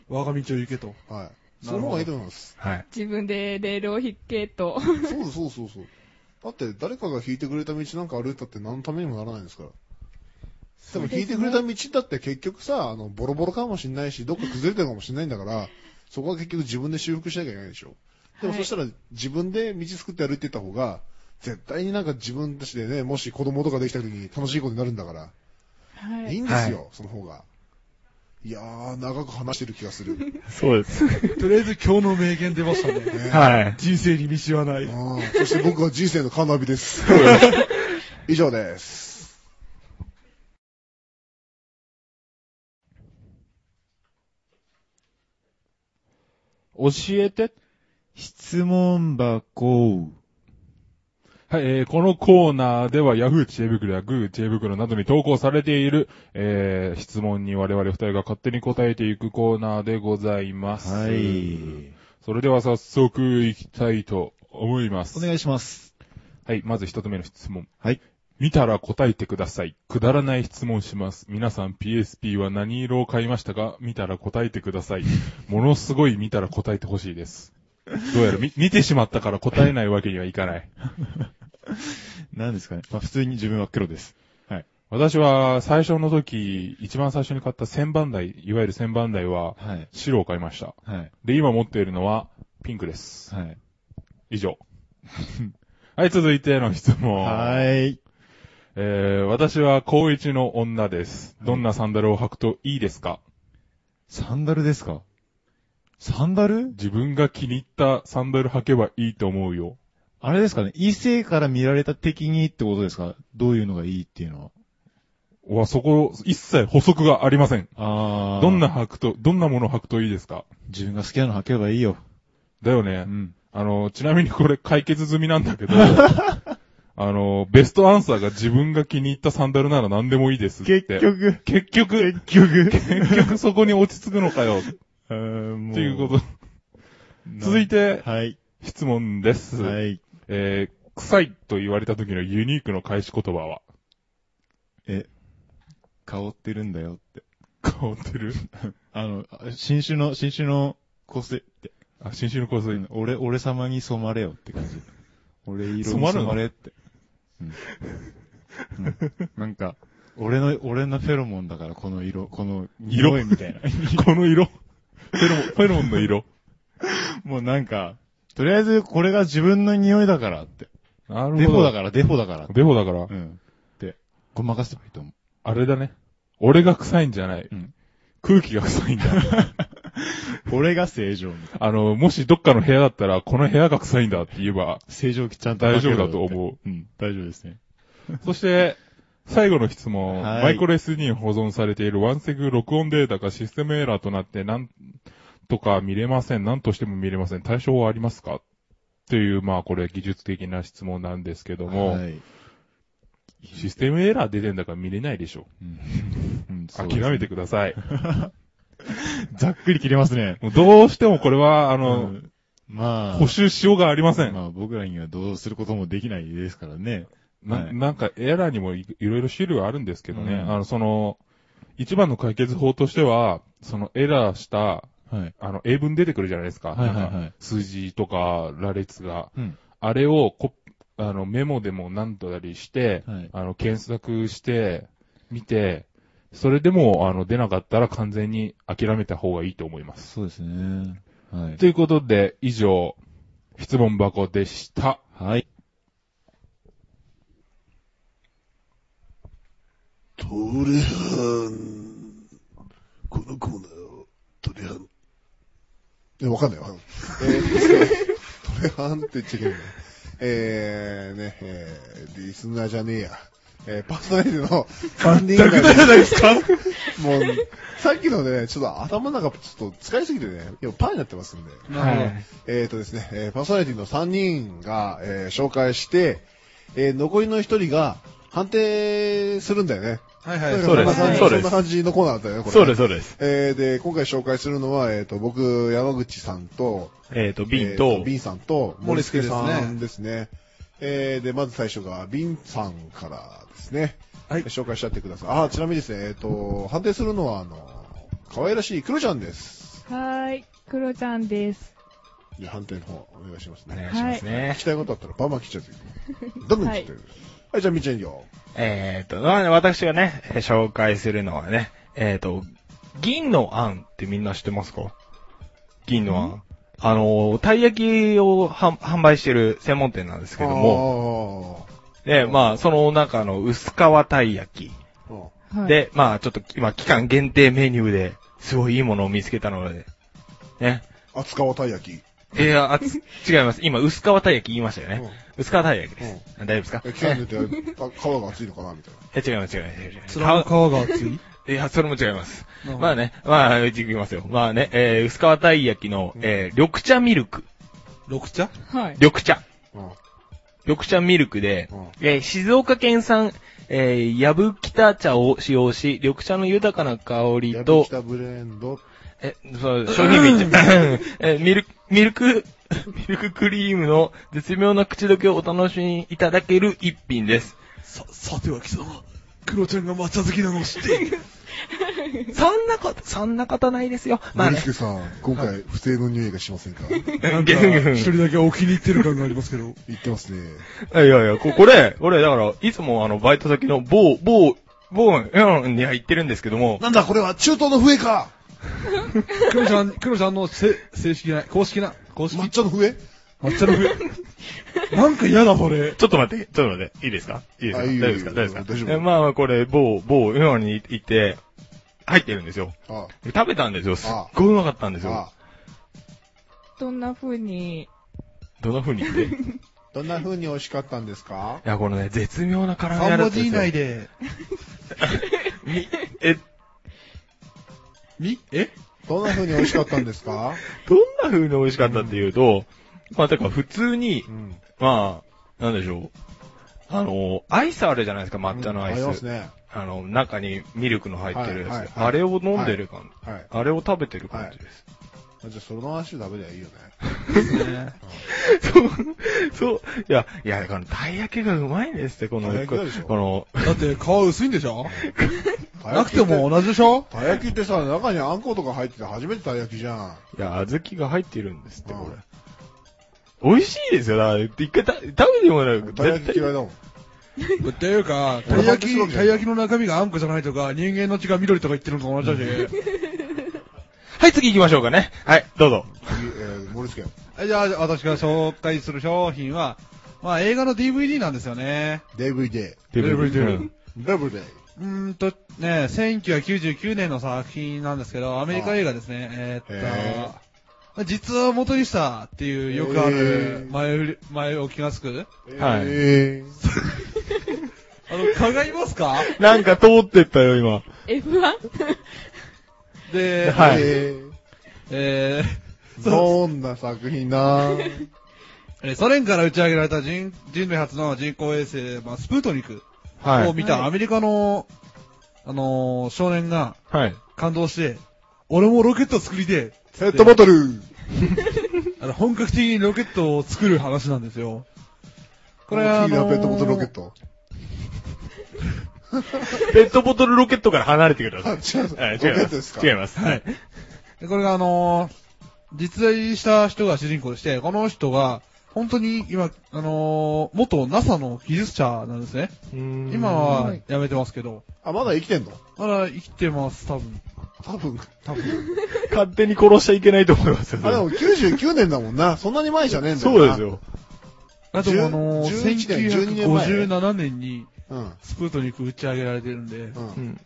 お、
我が道を行けと。
はい。その方がいいと思います。
はい。
自分でレールを引けと。
そうそうそうそう。だって誰かが引いてくれた道なんか歩いたって何のためにもならないですから。でも引いてくれた道だって結局さ、あの、ボロボロかもしんないし、どっか崩れてるかもしんないんだから、そこは結局自分で修復しなきゃいけないでしょ。でも
はい
そしたら自分で道作って歩いてった方が、絶対になんか自分たちでね、もし子供とかできた時に楽しいことになるんだから、
はい
い
い。
んですよ、その方が。いやー、長く話してる気がする。ね
そうです。
とりあえず今日の名言出ましたね。
はい。
人生に道はない。
あーそして僕は人生のカーナビです。 以上です。
教えて。
質問箱。
はい、えーこのコーナーでは Yahoo! 知恵袋や Google 知恵袋などに投稿されている、えー質問に我々二人が勝手に答えていくコーナーでございます。
はい。
それでは早速行きたいと思います。
お願いします。
はい、まず一つ目の質問。
はい。
見たら答えてください。くだらない質問します。皆さん PSP は何色を買いましたか見たら答えてください。ものすごい見たら答えてほしいです。どうやら見見てしまったから答えないわけにはいかない。
何ですかね。まあ普通に自分は黒です。はい。
私は最初の時、一番最初に買った千番台、いわゆる千番台は
はい。
白を買いました。
はい。
で、今持っているのはピンクです。
はい。
以上。 はい、続いての質問。
はーい。
えー、私は高一の女です。どんなサンダルを履くといいですか、
サンダルですかサンダル
自分が気に入ったサンダル履けばいいと思うよ。
あれですかね。異性から見られた敵にってことですかどういうのがいいっていうのは。
わ、そこ、一切補足がありません。
あー。
どんな履くと、どんなものを履くといいですか
自分が好きなの履けばいいよ。
だよ
う
ね。
ん。
あの、ちなみにこれ解決済みな んだけど、あの、ベストアンサーが自分が気に入ったサンダルなら何でもいいですって。
結。局。
結局、
結局。
結局そこに落ち着くのかよ。
あーも
っていうこと。続い
て。
て、
はい。
質問です。
はい。
えー、臭いと言われた時のユニークの返し言葉は
香ってるんだよって。
香ってる
あの、新種の、新種の香水って。
あ、新種の香水。
俺、俺様に染まれよって感じ。俺色に
染まるの
染まれって。うんうんなんか、俺の、俺のフェロモンだから、この色、この
色
匂いみたいな。
この色。フェロモン、フェロモンの色。
もうなんか、とりあえずこれが自分の匂いだからって。
なる
デフ
ほ
ォ
ど
だ。から、デフォだからって。
デフォだから、
うん。で、ごまかせばいいと思
あれだね。俺が臭いんじゃない。
うん
空気が臭いんだ。
う。俺が正常みたいな。
あの、もしどっかの部屋だったら、この部屋が臭いんだって言えば、
正常期ちゃんと
大丈夫だと思う。
う。うん、大丈夫ですね。
そして、最後の質問。
はい
マイクロ SD に保存されているワンセグ録音データがシステムエラーとなって、なんとか見れません。なんとしても見れません。対象はありますかという、まあこれ技術的な質問なんですけども、
はい。
システムエラー出てんだから見れないでしょ。
うんうんそうです
諦
ね
めてください。
ざっくり切れますね。
もうどうしてもこれは、あ
う
の、
んまあ。
補修しようがありません。
まあ僕らにはどうすることもできないですからね。
な
はい
なんかエラーにもいいろいろ種類はあるんですけどね、
うん
あの、その、一番の解決法としては、そのエラーした、
はい。
あの、英文出てくるじゃないですか。
はいはいはい
なんか数字とか、羅列が。
うん
あれをこ、あの、メモでも何となりして、
はい
あの、検索して、見て、それでも、あの、出なかったら完全に諦めた方がいいと思います。
そうですね。はい。
ということで、以上、質問箱でした。
はい。
トレハン。このコーナーを、トレハン。
え、わかんないわかんない。えー、トレハンって言っちゃいけないね。えー、ね、えー、リスナーじゃねえや。えー、パーソナリティの3人が、じゃないですかもう、さっきのでね、ちょっと頭の中ちょっと使いすぎてね、今パーになってますんで。
はい。
えーとですね、えーパーソナリティの3人が、えー紹介して、えー残りの1人が判定するんだよね。
はいはい、
そ
そうう
で
ですす。
ね。
そう
そ
で
んな感じのコーナーだったよね、これ。
そうです、そうです。
えーで、今回紹介するのは、えっ、と、僕、山口さんと、
えっ、と、
ビン
瓶と、
ビンさんと、
森助
さんで
です
ね。えーで、まず最初が、ビンさんからですね。
はい
紹介しちゃってください。あ、ちなみにですね、えっ、と、判定するのは、あの、可愛らしいクロちゃんです。
はーい、クロちゃんです。
じゃあ判定の方、お願いします
お
ね。
願いしますね
聞。きたいことあったら、バンバン切っちゃっていい。どんどん切ってる。はい、じゃあ、みちゃんいいよ。
えっと、まあ私がね、えー紹介するのはね、えっと、銀の餡ってみんな知ってますか銀の餡。あのー、たい焼きをはん販売してる専門店なんですけども、
も。
で、まあ、その中の薄皮たい焼き。
うん
はい、
で、まあ、ちょっと今、期間限定メニューで、すごいいいものを見つけたので、ね。
厚皮たい焼き。
いや、あつ、違います。今、薄皮たい焼き言いましたよね。薄皮たい焼きです。大丈夫ですか
え、刻んでて、あ皮が厚いのかなみたいな。
え違います、違います。違います
す。面の皮が厚い。
いや、それも違います。まあね、まあ、うち行きますよ。まあね、えー、薄皮たい焼きの、えー、緑茶ミルク。
緑茶
はい。
緑茶。
うん
緑茶ミルクで
うん、
えー静岡県産、えー、やぶきた茶を使用し、緑茶の豊かな香
や
り
ぶ
と
き、たブレンド。
え、そう、商品名言っちゃうえーミルク、ミルクミルククリームの絶妙な口どけをお楽しみいただける一品です。
さ、さては貴様、クロちゃんが抹茶好きなのを知っている。
そんなこと、そんなことないですよ。まあ
森
ね、
助さん、今回不正の匂いがしませんか言
うんゲフンゲフン
一人だけお気に入ってる感がありますけ ど。
ってますね。
いやいや、ここれ、俺、だから、いつもあの、バイト先の某、某、某、うん、には行ってるんですけども、
なんだこれは中東の笛 か
クロちゃん、クロちゃんのせ正式な、公式な、公式
抹茶の笛
抹茶の笛。 なんか嫌だ、これ。
ちょっと待って、ちょっと待って、いいですかいいですか
あ
大
いい
丈
よ
夫ですか大丈夫ですか
大丈夫
えまあ、これ、某、某、うんに行って、入ってるんですよ。
あ
で食べたんですよ。すっごいうまかったんです
あ、あ
よ
あ。。
どんな風に、
どんな風に 言ってい
どんな風に美味しかったんですか
や、このね、絶妙な絡み
3
合いだ
文
った
字
んで
以
すよ
内。で。
え、
み、え
どんな風に美味しかったんですか
どんな風に美味しかったっていうと、まあ、だから普通に
う、ん。
まあ、なんでしょう。あの、アイスあるじゃないですか、抹茶のアイス。
ありますね。
あの、中にミルクの入ってるやつ。
はいはいはい
あれを飲んでる感じ、
はい。
あれを食べてる感じです。
あじゃあ、その話食べりゃいいよね。
そう、 そう、いや、いや、この、たい焼きがうまいんですって、この、
たい焼きがでしょ
この、
だって皮薄いんでしょ
たい
な
焼
く
き
ても同じでしょ
たい焼きってさ、中にあんことか入ってて初めてたい焼きじゃん。
いや、小豆が入ってるんですって、
うん
これ。美味しいですよ、だから、一回た食べてもらう。
たい焼き嫌いだもん。
っていうか、た
俺反
い焼
対するわ
き、
け
たい焼きの中身があんこじゃないとか、人間の血が緑とか言ってるのと同じだし。
はい、次行きましょうかね。はい、どうぞ。
次、えー、森助。
はいじゃあ、私が紹介する商品は、まあ映画の DVD なんですよね。
DVD。
DVD。
DVD。
うーんと、ね、1999年の作品なんですけど、アメリカ映画ですね。えー
へ
っと、まあ実話を元にしたっていうよくある
へー
前売り、前置きがつく。
はい
えー
あの、かがいますか
なんか通ってったよ、今。
F1?
で、
はい
え
えー、
ーどんな作品な
えーソ連から打ち上げられた人人類初の人工衛星、まあ、スプートニク
は
を
い。
見た
はい
アメリカの、あのー少年が
はい。
感動して、俺もロケット作りてえ、
ペットボトル
あの、本格的にロケットを作る話なんですよ。これは、
大
あ
きいな
のー
ペットボトルロケット。
ペットボトルロケットから離れてくだ
あ、
さい。
違う。
はい、
ロケ
違い
ッ
ま
トですか
す。違います。はい。
でこれがあのー実在した人が主人公でして、この人が、本当に今、あのー元 NASA の技術者なんですね。今は辞めてますけど、
あ、まだ生きてんの
まだ生きてます、多分。
多分。
多分。
勝手に殺しちゃいけないと思いますよ。
あ、でも99年だもんな。そんなに前じゃねえんだよ
そう
な。
です。よ。
あともあの
10 12
1957年に
うん。
スプートニク打ち上げられてるんで
う、ん。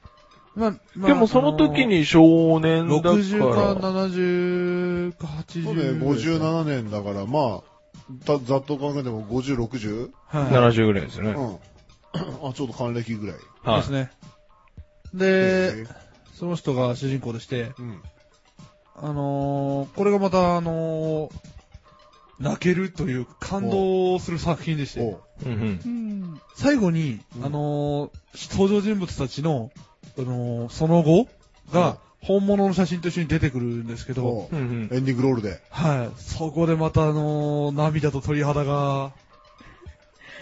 まあ、まあ
でもその時、に少
あ
年だ
の
から。
60か70か80
そうだよ、57年だから、まあ、ざざっと考えても50、60?
はい、
70ぐらいですね。
うん。 あ、ちょっと還暦ぐらい。
は
です
い。
ね。
へ
で、その人が主人公でして、
うん。
あのー、これがまた、あのー、泣けるという感動する作品でし
おう
て、
うんう ん
うん。
最後に、
うん
あのー、登場人物たちの、あのー、その後が、本物の写真と一緒に出てくるんですけど、
おう
うんうん。
エンディングロールで。
はい。そこでまたあのー涙と鳥肌が、っ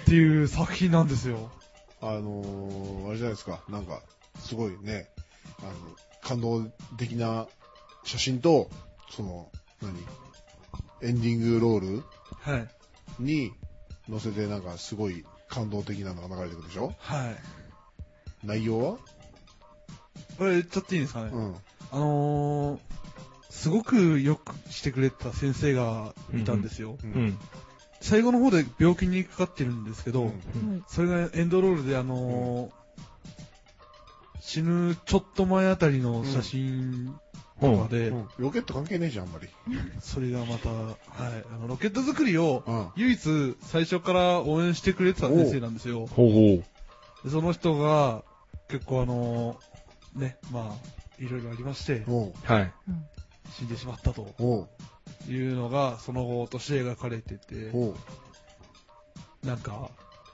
ていう作品なんですよ。
あのー、あれじゃないですか。なんか、すごいね、あの、感動的な写真と、その、何エンディングロール
はい。
に載せて、なんか、すごい感動的なのが流れてくるでしょ
はい。
内容は
これ言っちゃっていいんですかね。
うん。
あのー、すごくよくしてくれた先生がいたんですよ。
うん。
最後の方で病気にかかってるんですけど、
うん
はい
それがエンドロールであのー死ぬちょっと前あたりの写真とかで、
うんロケット関係ねえじゃん、あんまり。
それがまた、はい、あのロケット作りを
うん。
唯一最初から応援してくれてた先生なんですよ。
ほうほう。
でその人が結構あのーね、まあ、いろいろありまして、
おう
はい。
死んでしまったと
おう
いうのが、その後として描かれてて、
おう
なんか、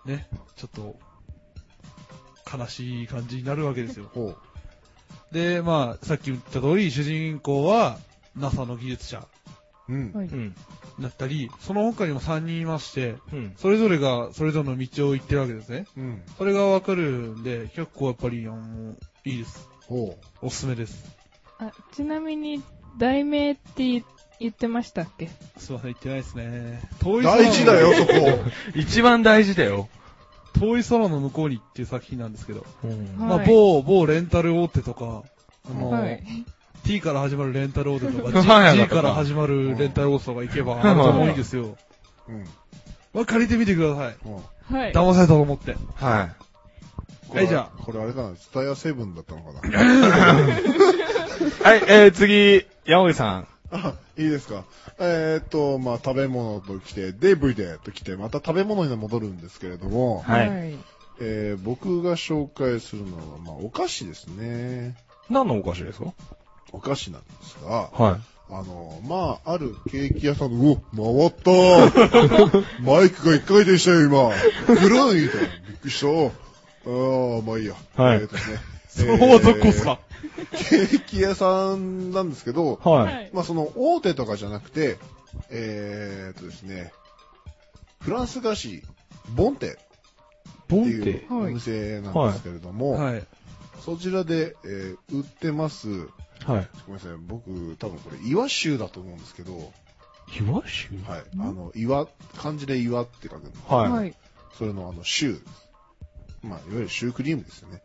ね、ちょっと、悲しい感じになるわけですよ。
おう
で、まあ、さっき言った通り、主人公は NASA の技術者
うん。
はい
うん。
だったり、その他にも3人いまして、
うん。
それぞれがそれぞれの道を行ってるわけですね。
うん。
それがわかるんで、結構やっぱり、あの、いいです。
ほ
おすすめです。
あちなみに、題名って言言ってましたっけ
すいません、行ってないですね。遠
う。
い空
大事だよ、そこ。
一番大事だよ。
遠い空の向こうにっていう作品なんですけど、
うん。
まあ、
はい
某、某レンタル大手とか、あの、
はい。
T から始まるレンタル大手と
はい
か、
はい
G から始まるレンタル大手とか行けば、
はいはい
と思うんですよ。
うん。
まあ、借りてみてください。
うん
はい。
騙されたと思って。
は
これ
えじゃ
これあれかな、スタイアセブンだったのかな。
い。はい、えー、次、山口さん。
あ、いいですか。えーっと、まあ、食べ物と来て、で、V でと来て、また食べ物に戻るんですけれども、
はい。
い。
えー僕が紹介するのは、まあ、お菓子ですね。
何のお菓子ですか
お菓子なんですが、
は
あの、まあ、あるケーキ屋さんの、うお、回った マイクが一回でしたよ、今。ぐらいみたいな。びっくりした。ああ、まあいいや。
はい
えーっとですね。
そう続行っすか
えーケーキ屋さんなんですけど、
い。は。
はいい。
まあ、その大手とかじゃなくて、えー、っとですね、フランス菓子、ボンテ
ボ
って
ンっ
いう
て。
お店なんですけれども、
はい。
そちらで、えー売ってます、ご
はい。
めんなさい、僕、多分これ、岩州だと思うんですけど、はい、
イワシ
あの、岩、漢字で岩って書くの。
はい。
は
はい、
い。
それの、あの、シュー。まあ、いわゆるシュークリームですよね。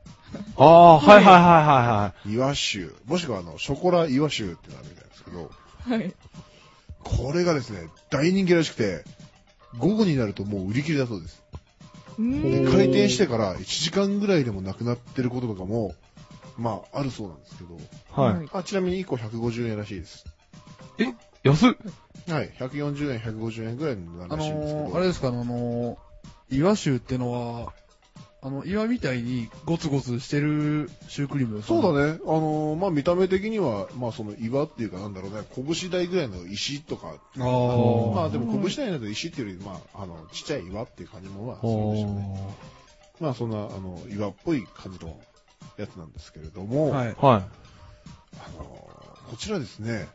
ああ、はいはいはいはいはい。
岩州。もしくは、あの、ショコラ岩州ってなるみたいですけど、
はい。
これがですね、大人気らしくて、午後になるともう売り切れだそうです。
うー
で
ん。
開店してから1時間ぐらいでもなくなってることとかも、まあ、あるそうなんですけど、
はい。
あちなみに1個150円らしいです。
安っ。
はい、140円、150円ぐらいの
あ
らしいんですけど、
のー、あれですかね、あのー、岩州ってのは、あの、岩みたいにゴツゴツしてるシュークリームですか
そうだね、あのーまあ、見た目的には、まあ、その岩っていうか、なんだろうね、拳大ぐらいの石とか、
あ
ま
ー
あ、でも拳大だと石っていうより、まあ、あの、ちっちゃい岩っていう感じも、まあ、するんでしょうね。
は
まあ、そんな、あの、岩っぽい感じのやつなんですけれども、
はい。
い。は
あのーこちらですね、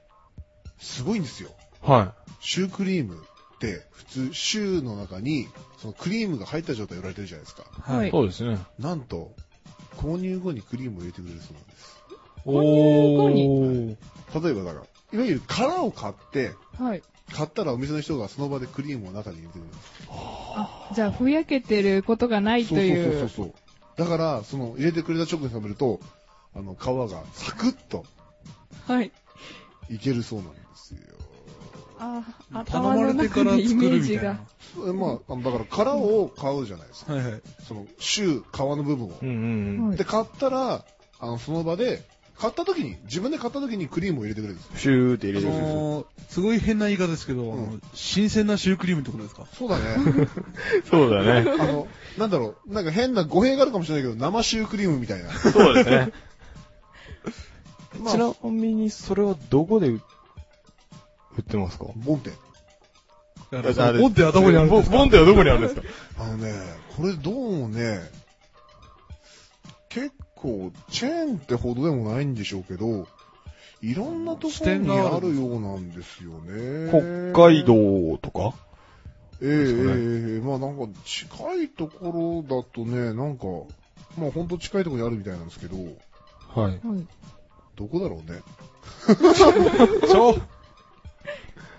すごいんですよ。
い。は。
シュークリームって普通シューの中にそのクリームが入った状態で売られてるじゃないですか。
はいい。
そうですね。
なんと、購入後にクリームを入れてくれるそうなんです。
購入後
ー。
例えばだから、いわゆる殻を買って、
はい。
買ったらお店の人がその場でクリームを中に入れてくれるんです。
あ、じゃあ、ふやけてることがないと
そう
い
そうそう
う。
そうそう。だから、その入れてくれた直後に食べると、あの皮がサクッと
はい。
いけるそうなんですよ。
あ、
頼
頭
ま
の
れてか
中
ら
のイ
作
メー
るみた
ジ
いな。
が
は。
えまあ、あのだから殻を買うじゃないですか。
いはい。
そのシュー、皮の部分を。
うんうんうん。
で、買ったら、あの、その場で、買った時に、自分で買った時にクリームを入れてくれるんですよ。
シューって
あ
入れてくれる。
のー、すごい変な言い方ですけど、あの新鮮なシュークリームってことですか
そうだね。
そうだね。
あの、なんだろう、なんか変な語弊があるかもしれないけど、生シュークリームみたいな。
そうですね。
ま
ち
あ、
なみに、それはどこで売ってますか
ボンテ。
だ
だから
ボンって頭にあるんですか
ボンテはどこにあるんですか
あのね、これどうもね、結構、チェーンってほどでもないんでしょうけど、いろんなところにあるようなんですよね。
北海。道とか
ええ
ですかね
ええまあなんか近いところだとね、なんか、まあほんと近いところにあるみたいなんですけど、
はい。
はい。
どこだろう ね。
そう。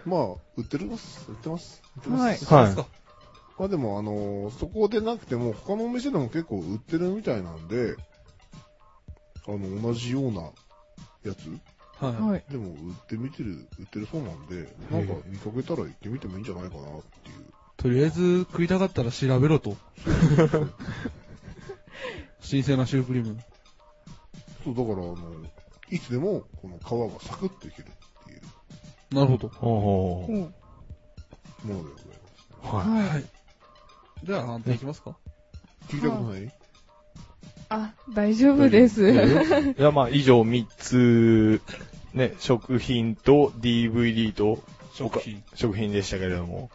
まあ、売ってるます。売ってます。売ってます。
はい。
は
まあでも、あのーそこでなくても、他のお店でも結構売ってるみたいなんで、あの、同じようなやつ
は
はい。
でも売ってみてる、売ってるそうなんで、なんか見かけたら行ってみてもいいんじゃないかなっていう。
い。とりあえず食いたかったら調べろ と。新鮮なシュークリーム。
そう、だから、あの、いつでも、この皮がサクッといけるっていう
なるほど。
い。おー
ものでございます。
は
はい。じゃあ判定いきますか
聞いたことない
あ、大丈夫です。
い。いや、まあ、以上3つ、ね、食品と DVD と
食品。
食品でしたけれども。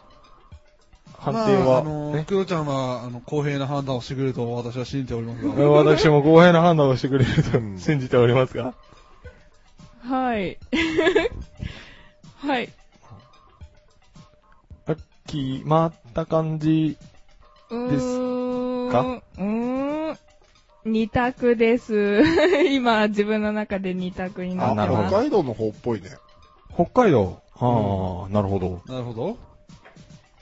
判
ま
定
あ、あの
は、ね。
クロちゃんは、あの、公平な判断をしてくれると私は信じておりますが。
私も公平な判断をしてくれると
うん
信じておりますが。
はい。はい。
決まった感じですか
うーん。二択です。 今、自分の中で二択にな
あ
っ
な
て
るほ
ます。
ど
北海道の方っぽいね。
北海道。ああ、なるほど。
なるほど。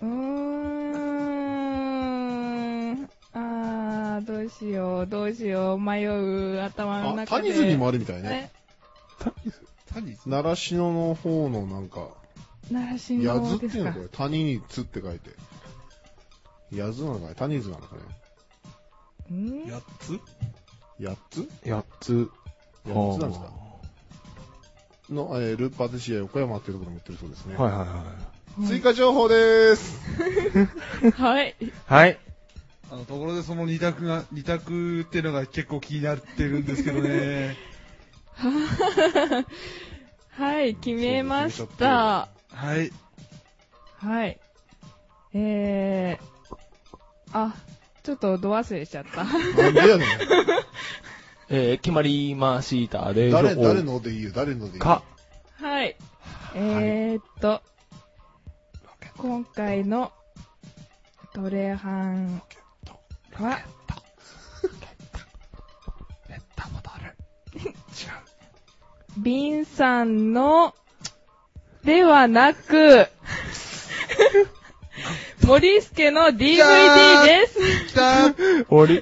うーん。あー、どうしよう、どうしよう、迷う頭の
あ、
中で。
谷津にもあるみたいね。
ね。
谷津
習志野の方のなんか、
奈良新
矢
郎
津って
で
い
す
うの
か
こ。れ。谷に津って書いて。矢津なのかね谷津なのかね
うん
八つ
八つ
8つ。
八つなんですかの、えールーパーティシエ横山っていうところも言ってるそうですね。
はいはいは
追加情報でーす。
はい。
い。はい。
あの、ところでその二択が、二択っていうのが結構気になってるんですけど ね。
はい、決めまし
そう決めちゃ
た。
はい。
はい。えー、あ、ちょっとど忘れしちゃった。
なんでやねん。
えー決まりましたでしょ
誰、誰のでいいよ、誰のでいいよ。
か。
はい。えー、っと、今回のトレハンは、 ビンさんの、ではな く、森助の DVD です。
きたー
終わり。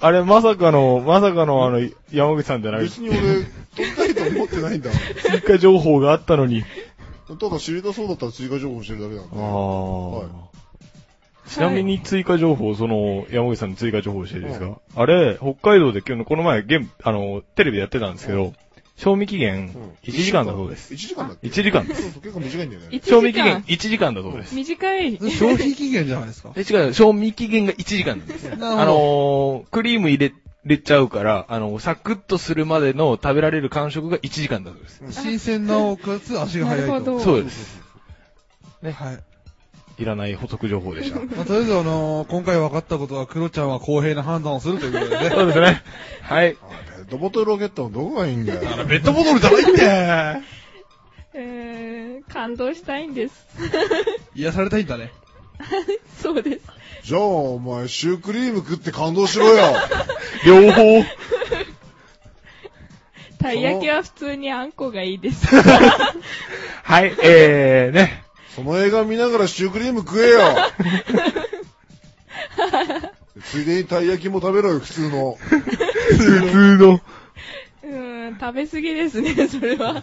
あれ、まさかの、まさかのあの、山口さんじゃない。
別に俺、撮りたいと思ってないんだもん。
追加情報があったのに。
ただ知りたそうだったら追加情報してるだけなんで。
あ
はい
あ。ちなみに追加情報、その、山口さんの追加情報していいです
うん
かあれ、北海道で今日の、この前、ゲーム、あの、テレビでやってたんですけど、賞味期限
うん、
1時間だそうです。
1時間だっけ
1時間で
そう
す。
そう結構短いんだよね。
一
賞
時
味期限
間。
1時間だそうです。
短い。
消費期限じゃないですか。
え、違う、賞味期限が1時間なんです。
な
あのー、クリーム入れ、入れちゃうから、あの、サクッとするまでの食べられる感触が1時間だそうです。
新鮮なおかつ足が速いと。
なるほど
そうです。
はい。
いらない補足情報でした。
まあ、とりあえず、あのー今回分かったことは、クロちゃんは公平な判断をするということでね。
そうですね。はい。
あペットボトルロケットのどこがいいんだよ。
ペットボトルじゃないんで
えー、感動したいん です。
癒されたいんだね。
そうです。
じゃあ、お前、シュークリーム食って感動しろよ。
両方。
たい焼きは普通にあんこがいいです。
はい、えー、ね。
その映画見ながらシュークリーム食えよ。ついでにたい焼きも食べろよ、普通の。
普通の。
うーん、食べ過ぎですね、それは。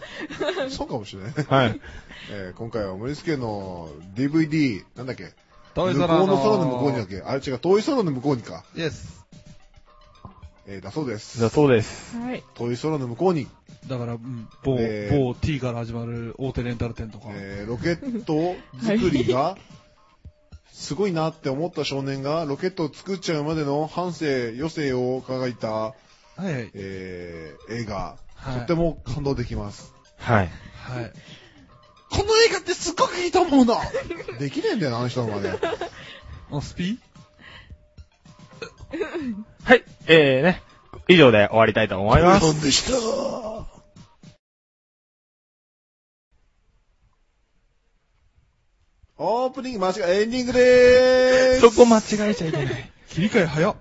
そうかもしれない。
はい。
えー今回は森助の DVD、なんだっけ
遠
向
い
こ
空
うの空の向こうにだっけあれ違う、遠い空の向こうにか。
イエス。
えーだそうです。
だそうです。
はい。
遠い空の向こうに、
だから、うん、某、
えー
某 T から始まる大手レンタル店とか。
えーロケット作りが、すごいなって思った少年が、ロケットを作っちゃうまでの反省、余生を描いた、
はいはい。
えー映画、
はい
とっても感動できます。
はい。
はい。
この映画ってすっごくいいと思う のできねえんだよな、あの人のまで。
あ、スピ
はい、えー、ね。以上で終わりたいと思います。
でした。
オープニング間違え、エンディングでーす
そこ間違えちゃいけない。
切り替え早っ。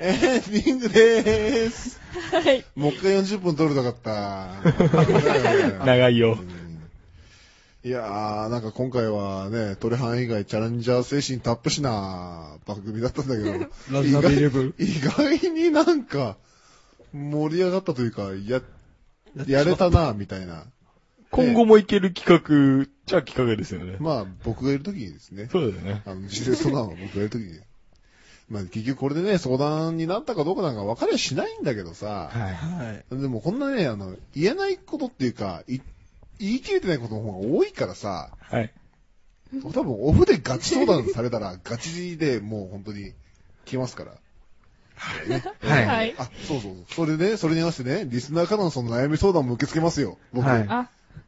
エンディングでーす
はい。
もう一回40分撮るたかっ た。
長いよ
う。んいやー、なんか今回はね、トレハン以外チャレンジャー精神たっぷしな番組だったんだけど、
ラジナビイレブン。
意外になんか盛り上がったというか、 や、やれたな、みたいな。
今後もいける企画、じゃあ企画ですよね。
まあ、僕がいるときにですね。
そうだよね。
あの、事前相談は僕がやるときに。まあ、結局これでね、相談になったかどうかなんか分かりゃしないんだけどさ。
はい。
はい。
でもこんなね、あの、言えないことっていうか、い言い切れてないことの方が多いからさ、
はい。
多分オフでガチ相談されたら、ガチでもう本当に来ますから。
はい。
はい
あ、そうそうそう。それでね、それに合わせてね、リスナーからのその悩み相談も受け付けますよ。僕。
はい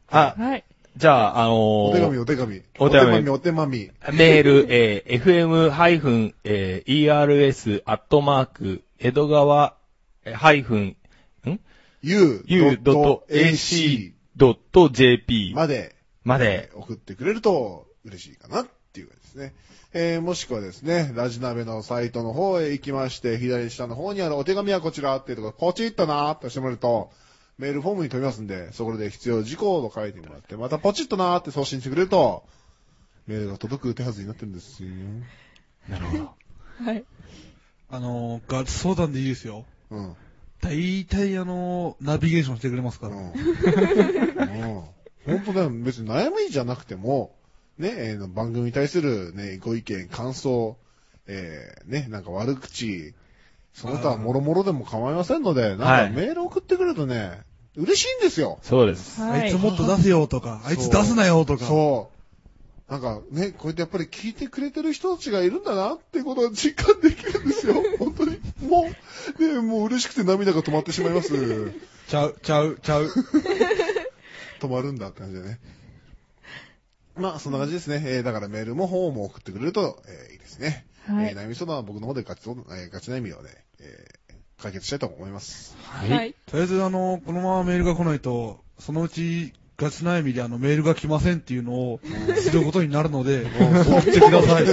あ、
あ、
はい。
じゃあ、あのー、
お手紙、お手紙。
お手紙
お手紙。
メール、えー fm-ers、アットマーク、江戸川、えーハイフン、ん
u.ac
u.ac.jp
まで
まで、
送ってくれると嬉しいかな。ですね。えー、もしくはですね、ラジナベのサイトの方へ行きまして、左下の方にあるお手紙はこちらっていうところ、ポチッとなーって押してもらえると、メールフォームに飛びますんで、そこで必要事項を書いてもらって、またポチッとなーって送信してくれると、メールが届く手はずになってるんですよ。
なるほど。
はい。
あのー、ガチ相談でいいですよ。
うん。
大体あのー、ナビゲーションしてくれますから。
うん本当だよ。別に悩みじゃなくても、ね、えー番組に対するね、ご意見、感想、えーね、なんか悪口、その他もろもろでも構いませんので、
は
なん
い
かメール送ってくるとね、嬉しいんですよ。
そうです。
あ
はいい
つ。もっと出せよとか、あいつ出すなよとか。
そう。なんかね、こうやってやっぱり聞いてくれてる人たちがいるんだなってことを実感できるんですよ。本当に。もう、ね、もう嬉しくて涙が止まってしまいます。止
ちゃう、ちゃう、ちゃう。
まるんだって感じでね。まあ、そんな感じですね。えーだからメールも本も送ってくれると、えーいいですね。
は
えー
い。
悩み相談は僕の方でガチ,、えーガチ悩みをね、えー解決したいと思います。
は。い。
とりあえずあのー、このままメールが来ないと、そのうち、ガチ悩みであのメールが来ませんっていうのをすることになるので、送ってください。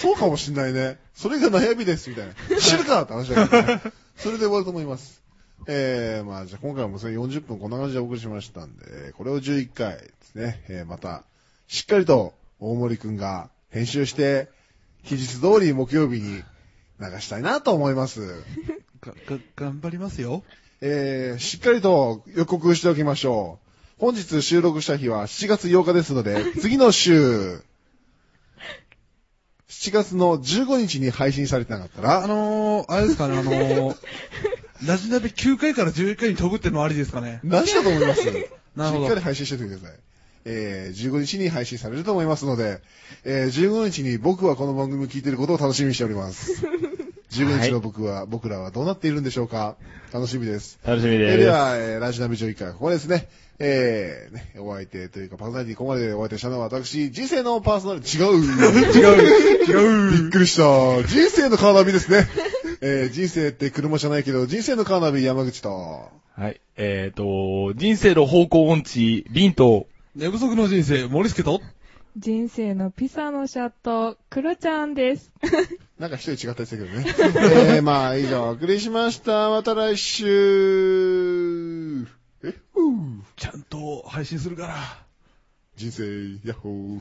そうかもしんないね。それが悩みです、みたいな。知るかって話だからね。それで終わると思います。えー、まあじゃあ今回もですね、40分こんな感じでお送りしましたんで、これを11回ですね、えー、また、しっかりと大森くんが編集して、期日通り木曜日に流したいなと思います。
が、が、頑張りますよ。
えー、しっかりと予告しておきましょう。本日収録した日は7月8日ですの で、次の週、7月の15日に配信されてなかった
あ、
ら、
あのー、あれですかね、あのー、ラジナベ9回から11回に飛ぶってのもありですかね。
なしだと思います。
なる
し
ほ
っか
ど
り。配信しておいてください。えー、15日に配信されると思いますので、えー、15日に僕はこの番組を聞いていることを楽しみにしており ます。15日の僕は、僕らはどうなっているんでしょうか楽しみです。
楽しみ
えー
で。
ですは、えーラジナビ上位会、ここまでですね。えー、ね、お相手というか、パーソナリティ、ここまでお相手したのは私、人生のパーソナリティ、違う違う違 うびっくりした。人生のカーナビですね。えー、人生って車じゃないけど、人生のカーナビ、山口と。
はい。えっ、と、人生の方向音痴、リンと、
寝不足の人生、森助と
人生のピサのシャット、クロちゃんです。
なんか一人違ったりしたけどね。えー、まあ、以上、お送りしました。また来週。え、ふう
ちゃんと配信するから。
人生、ヤッホー。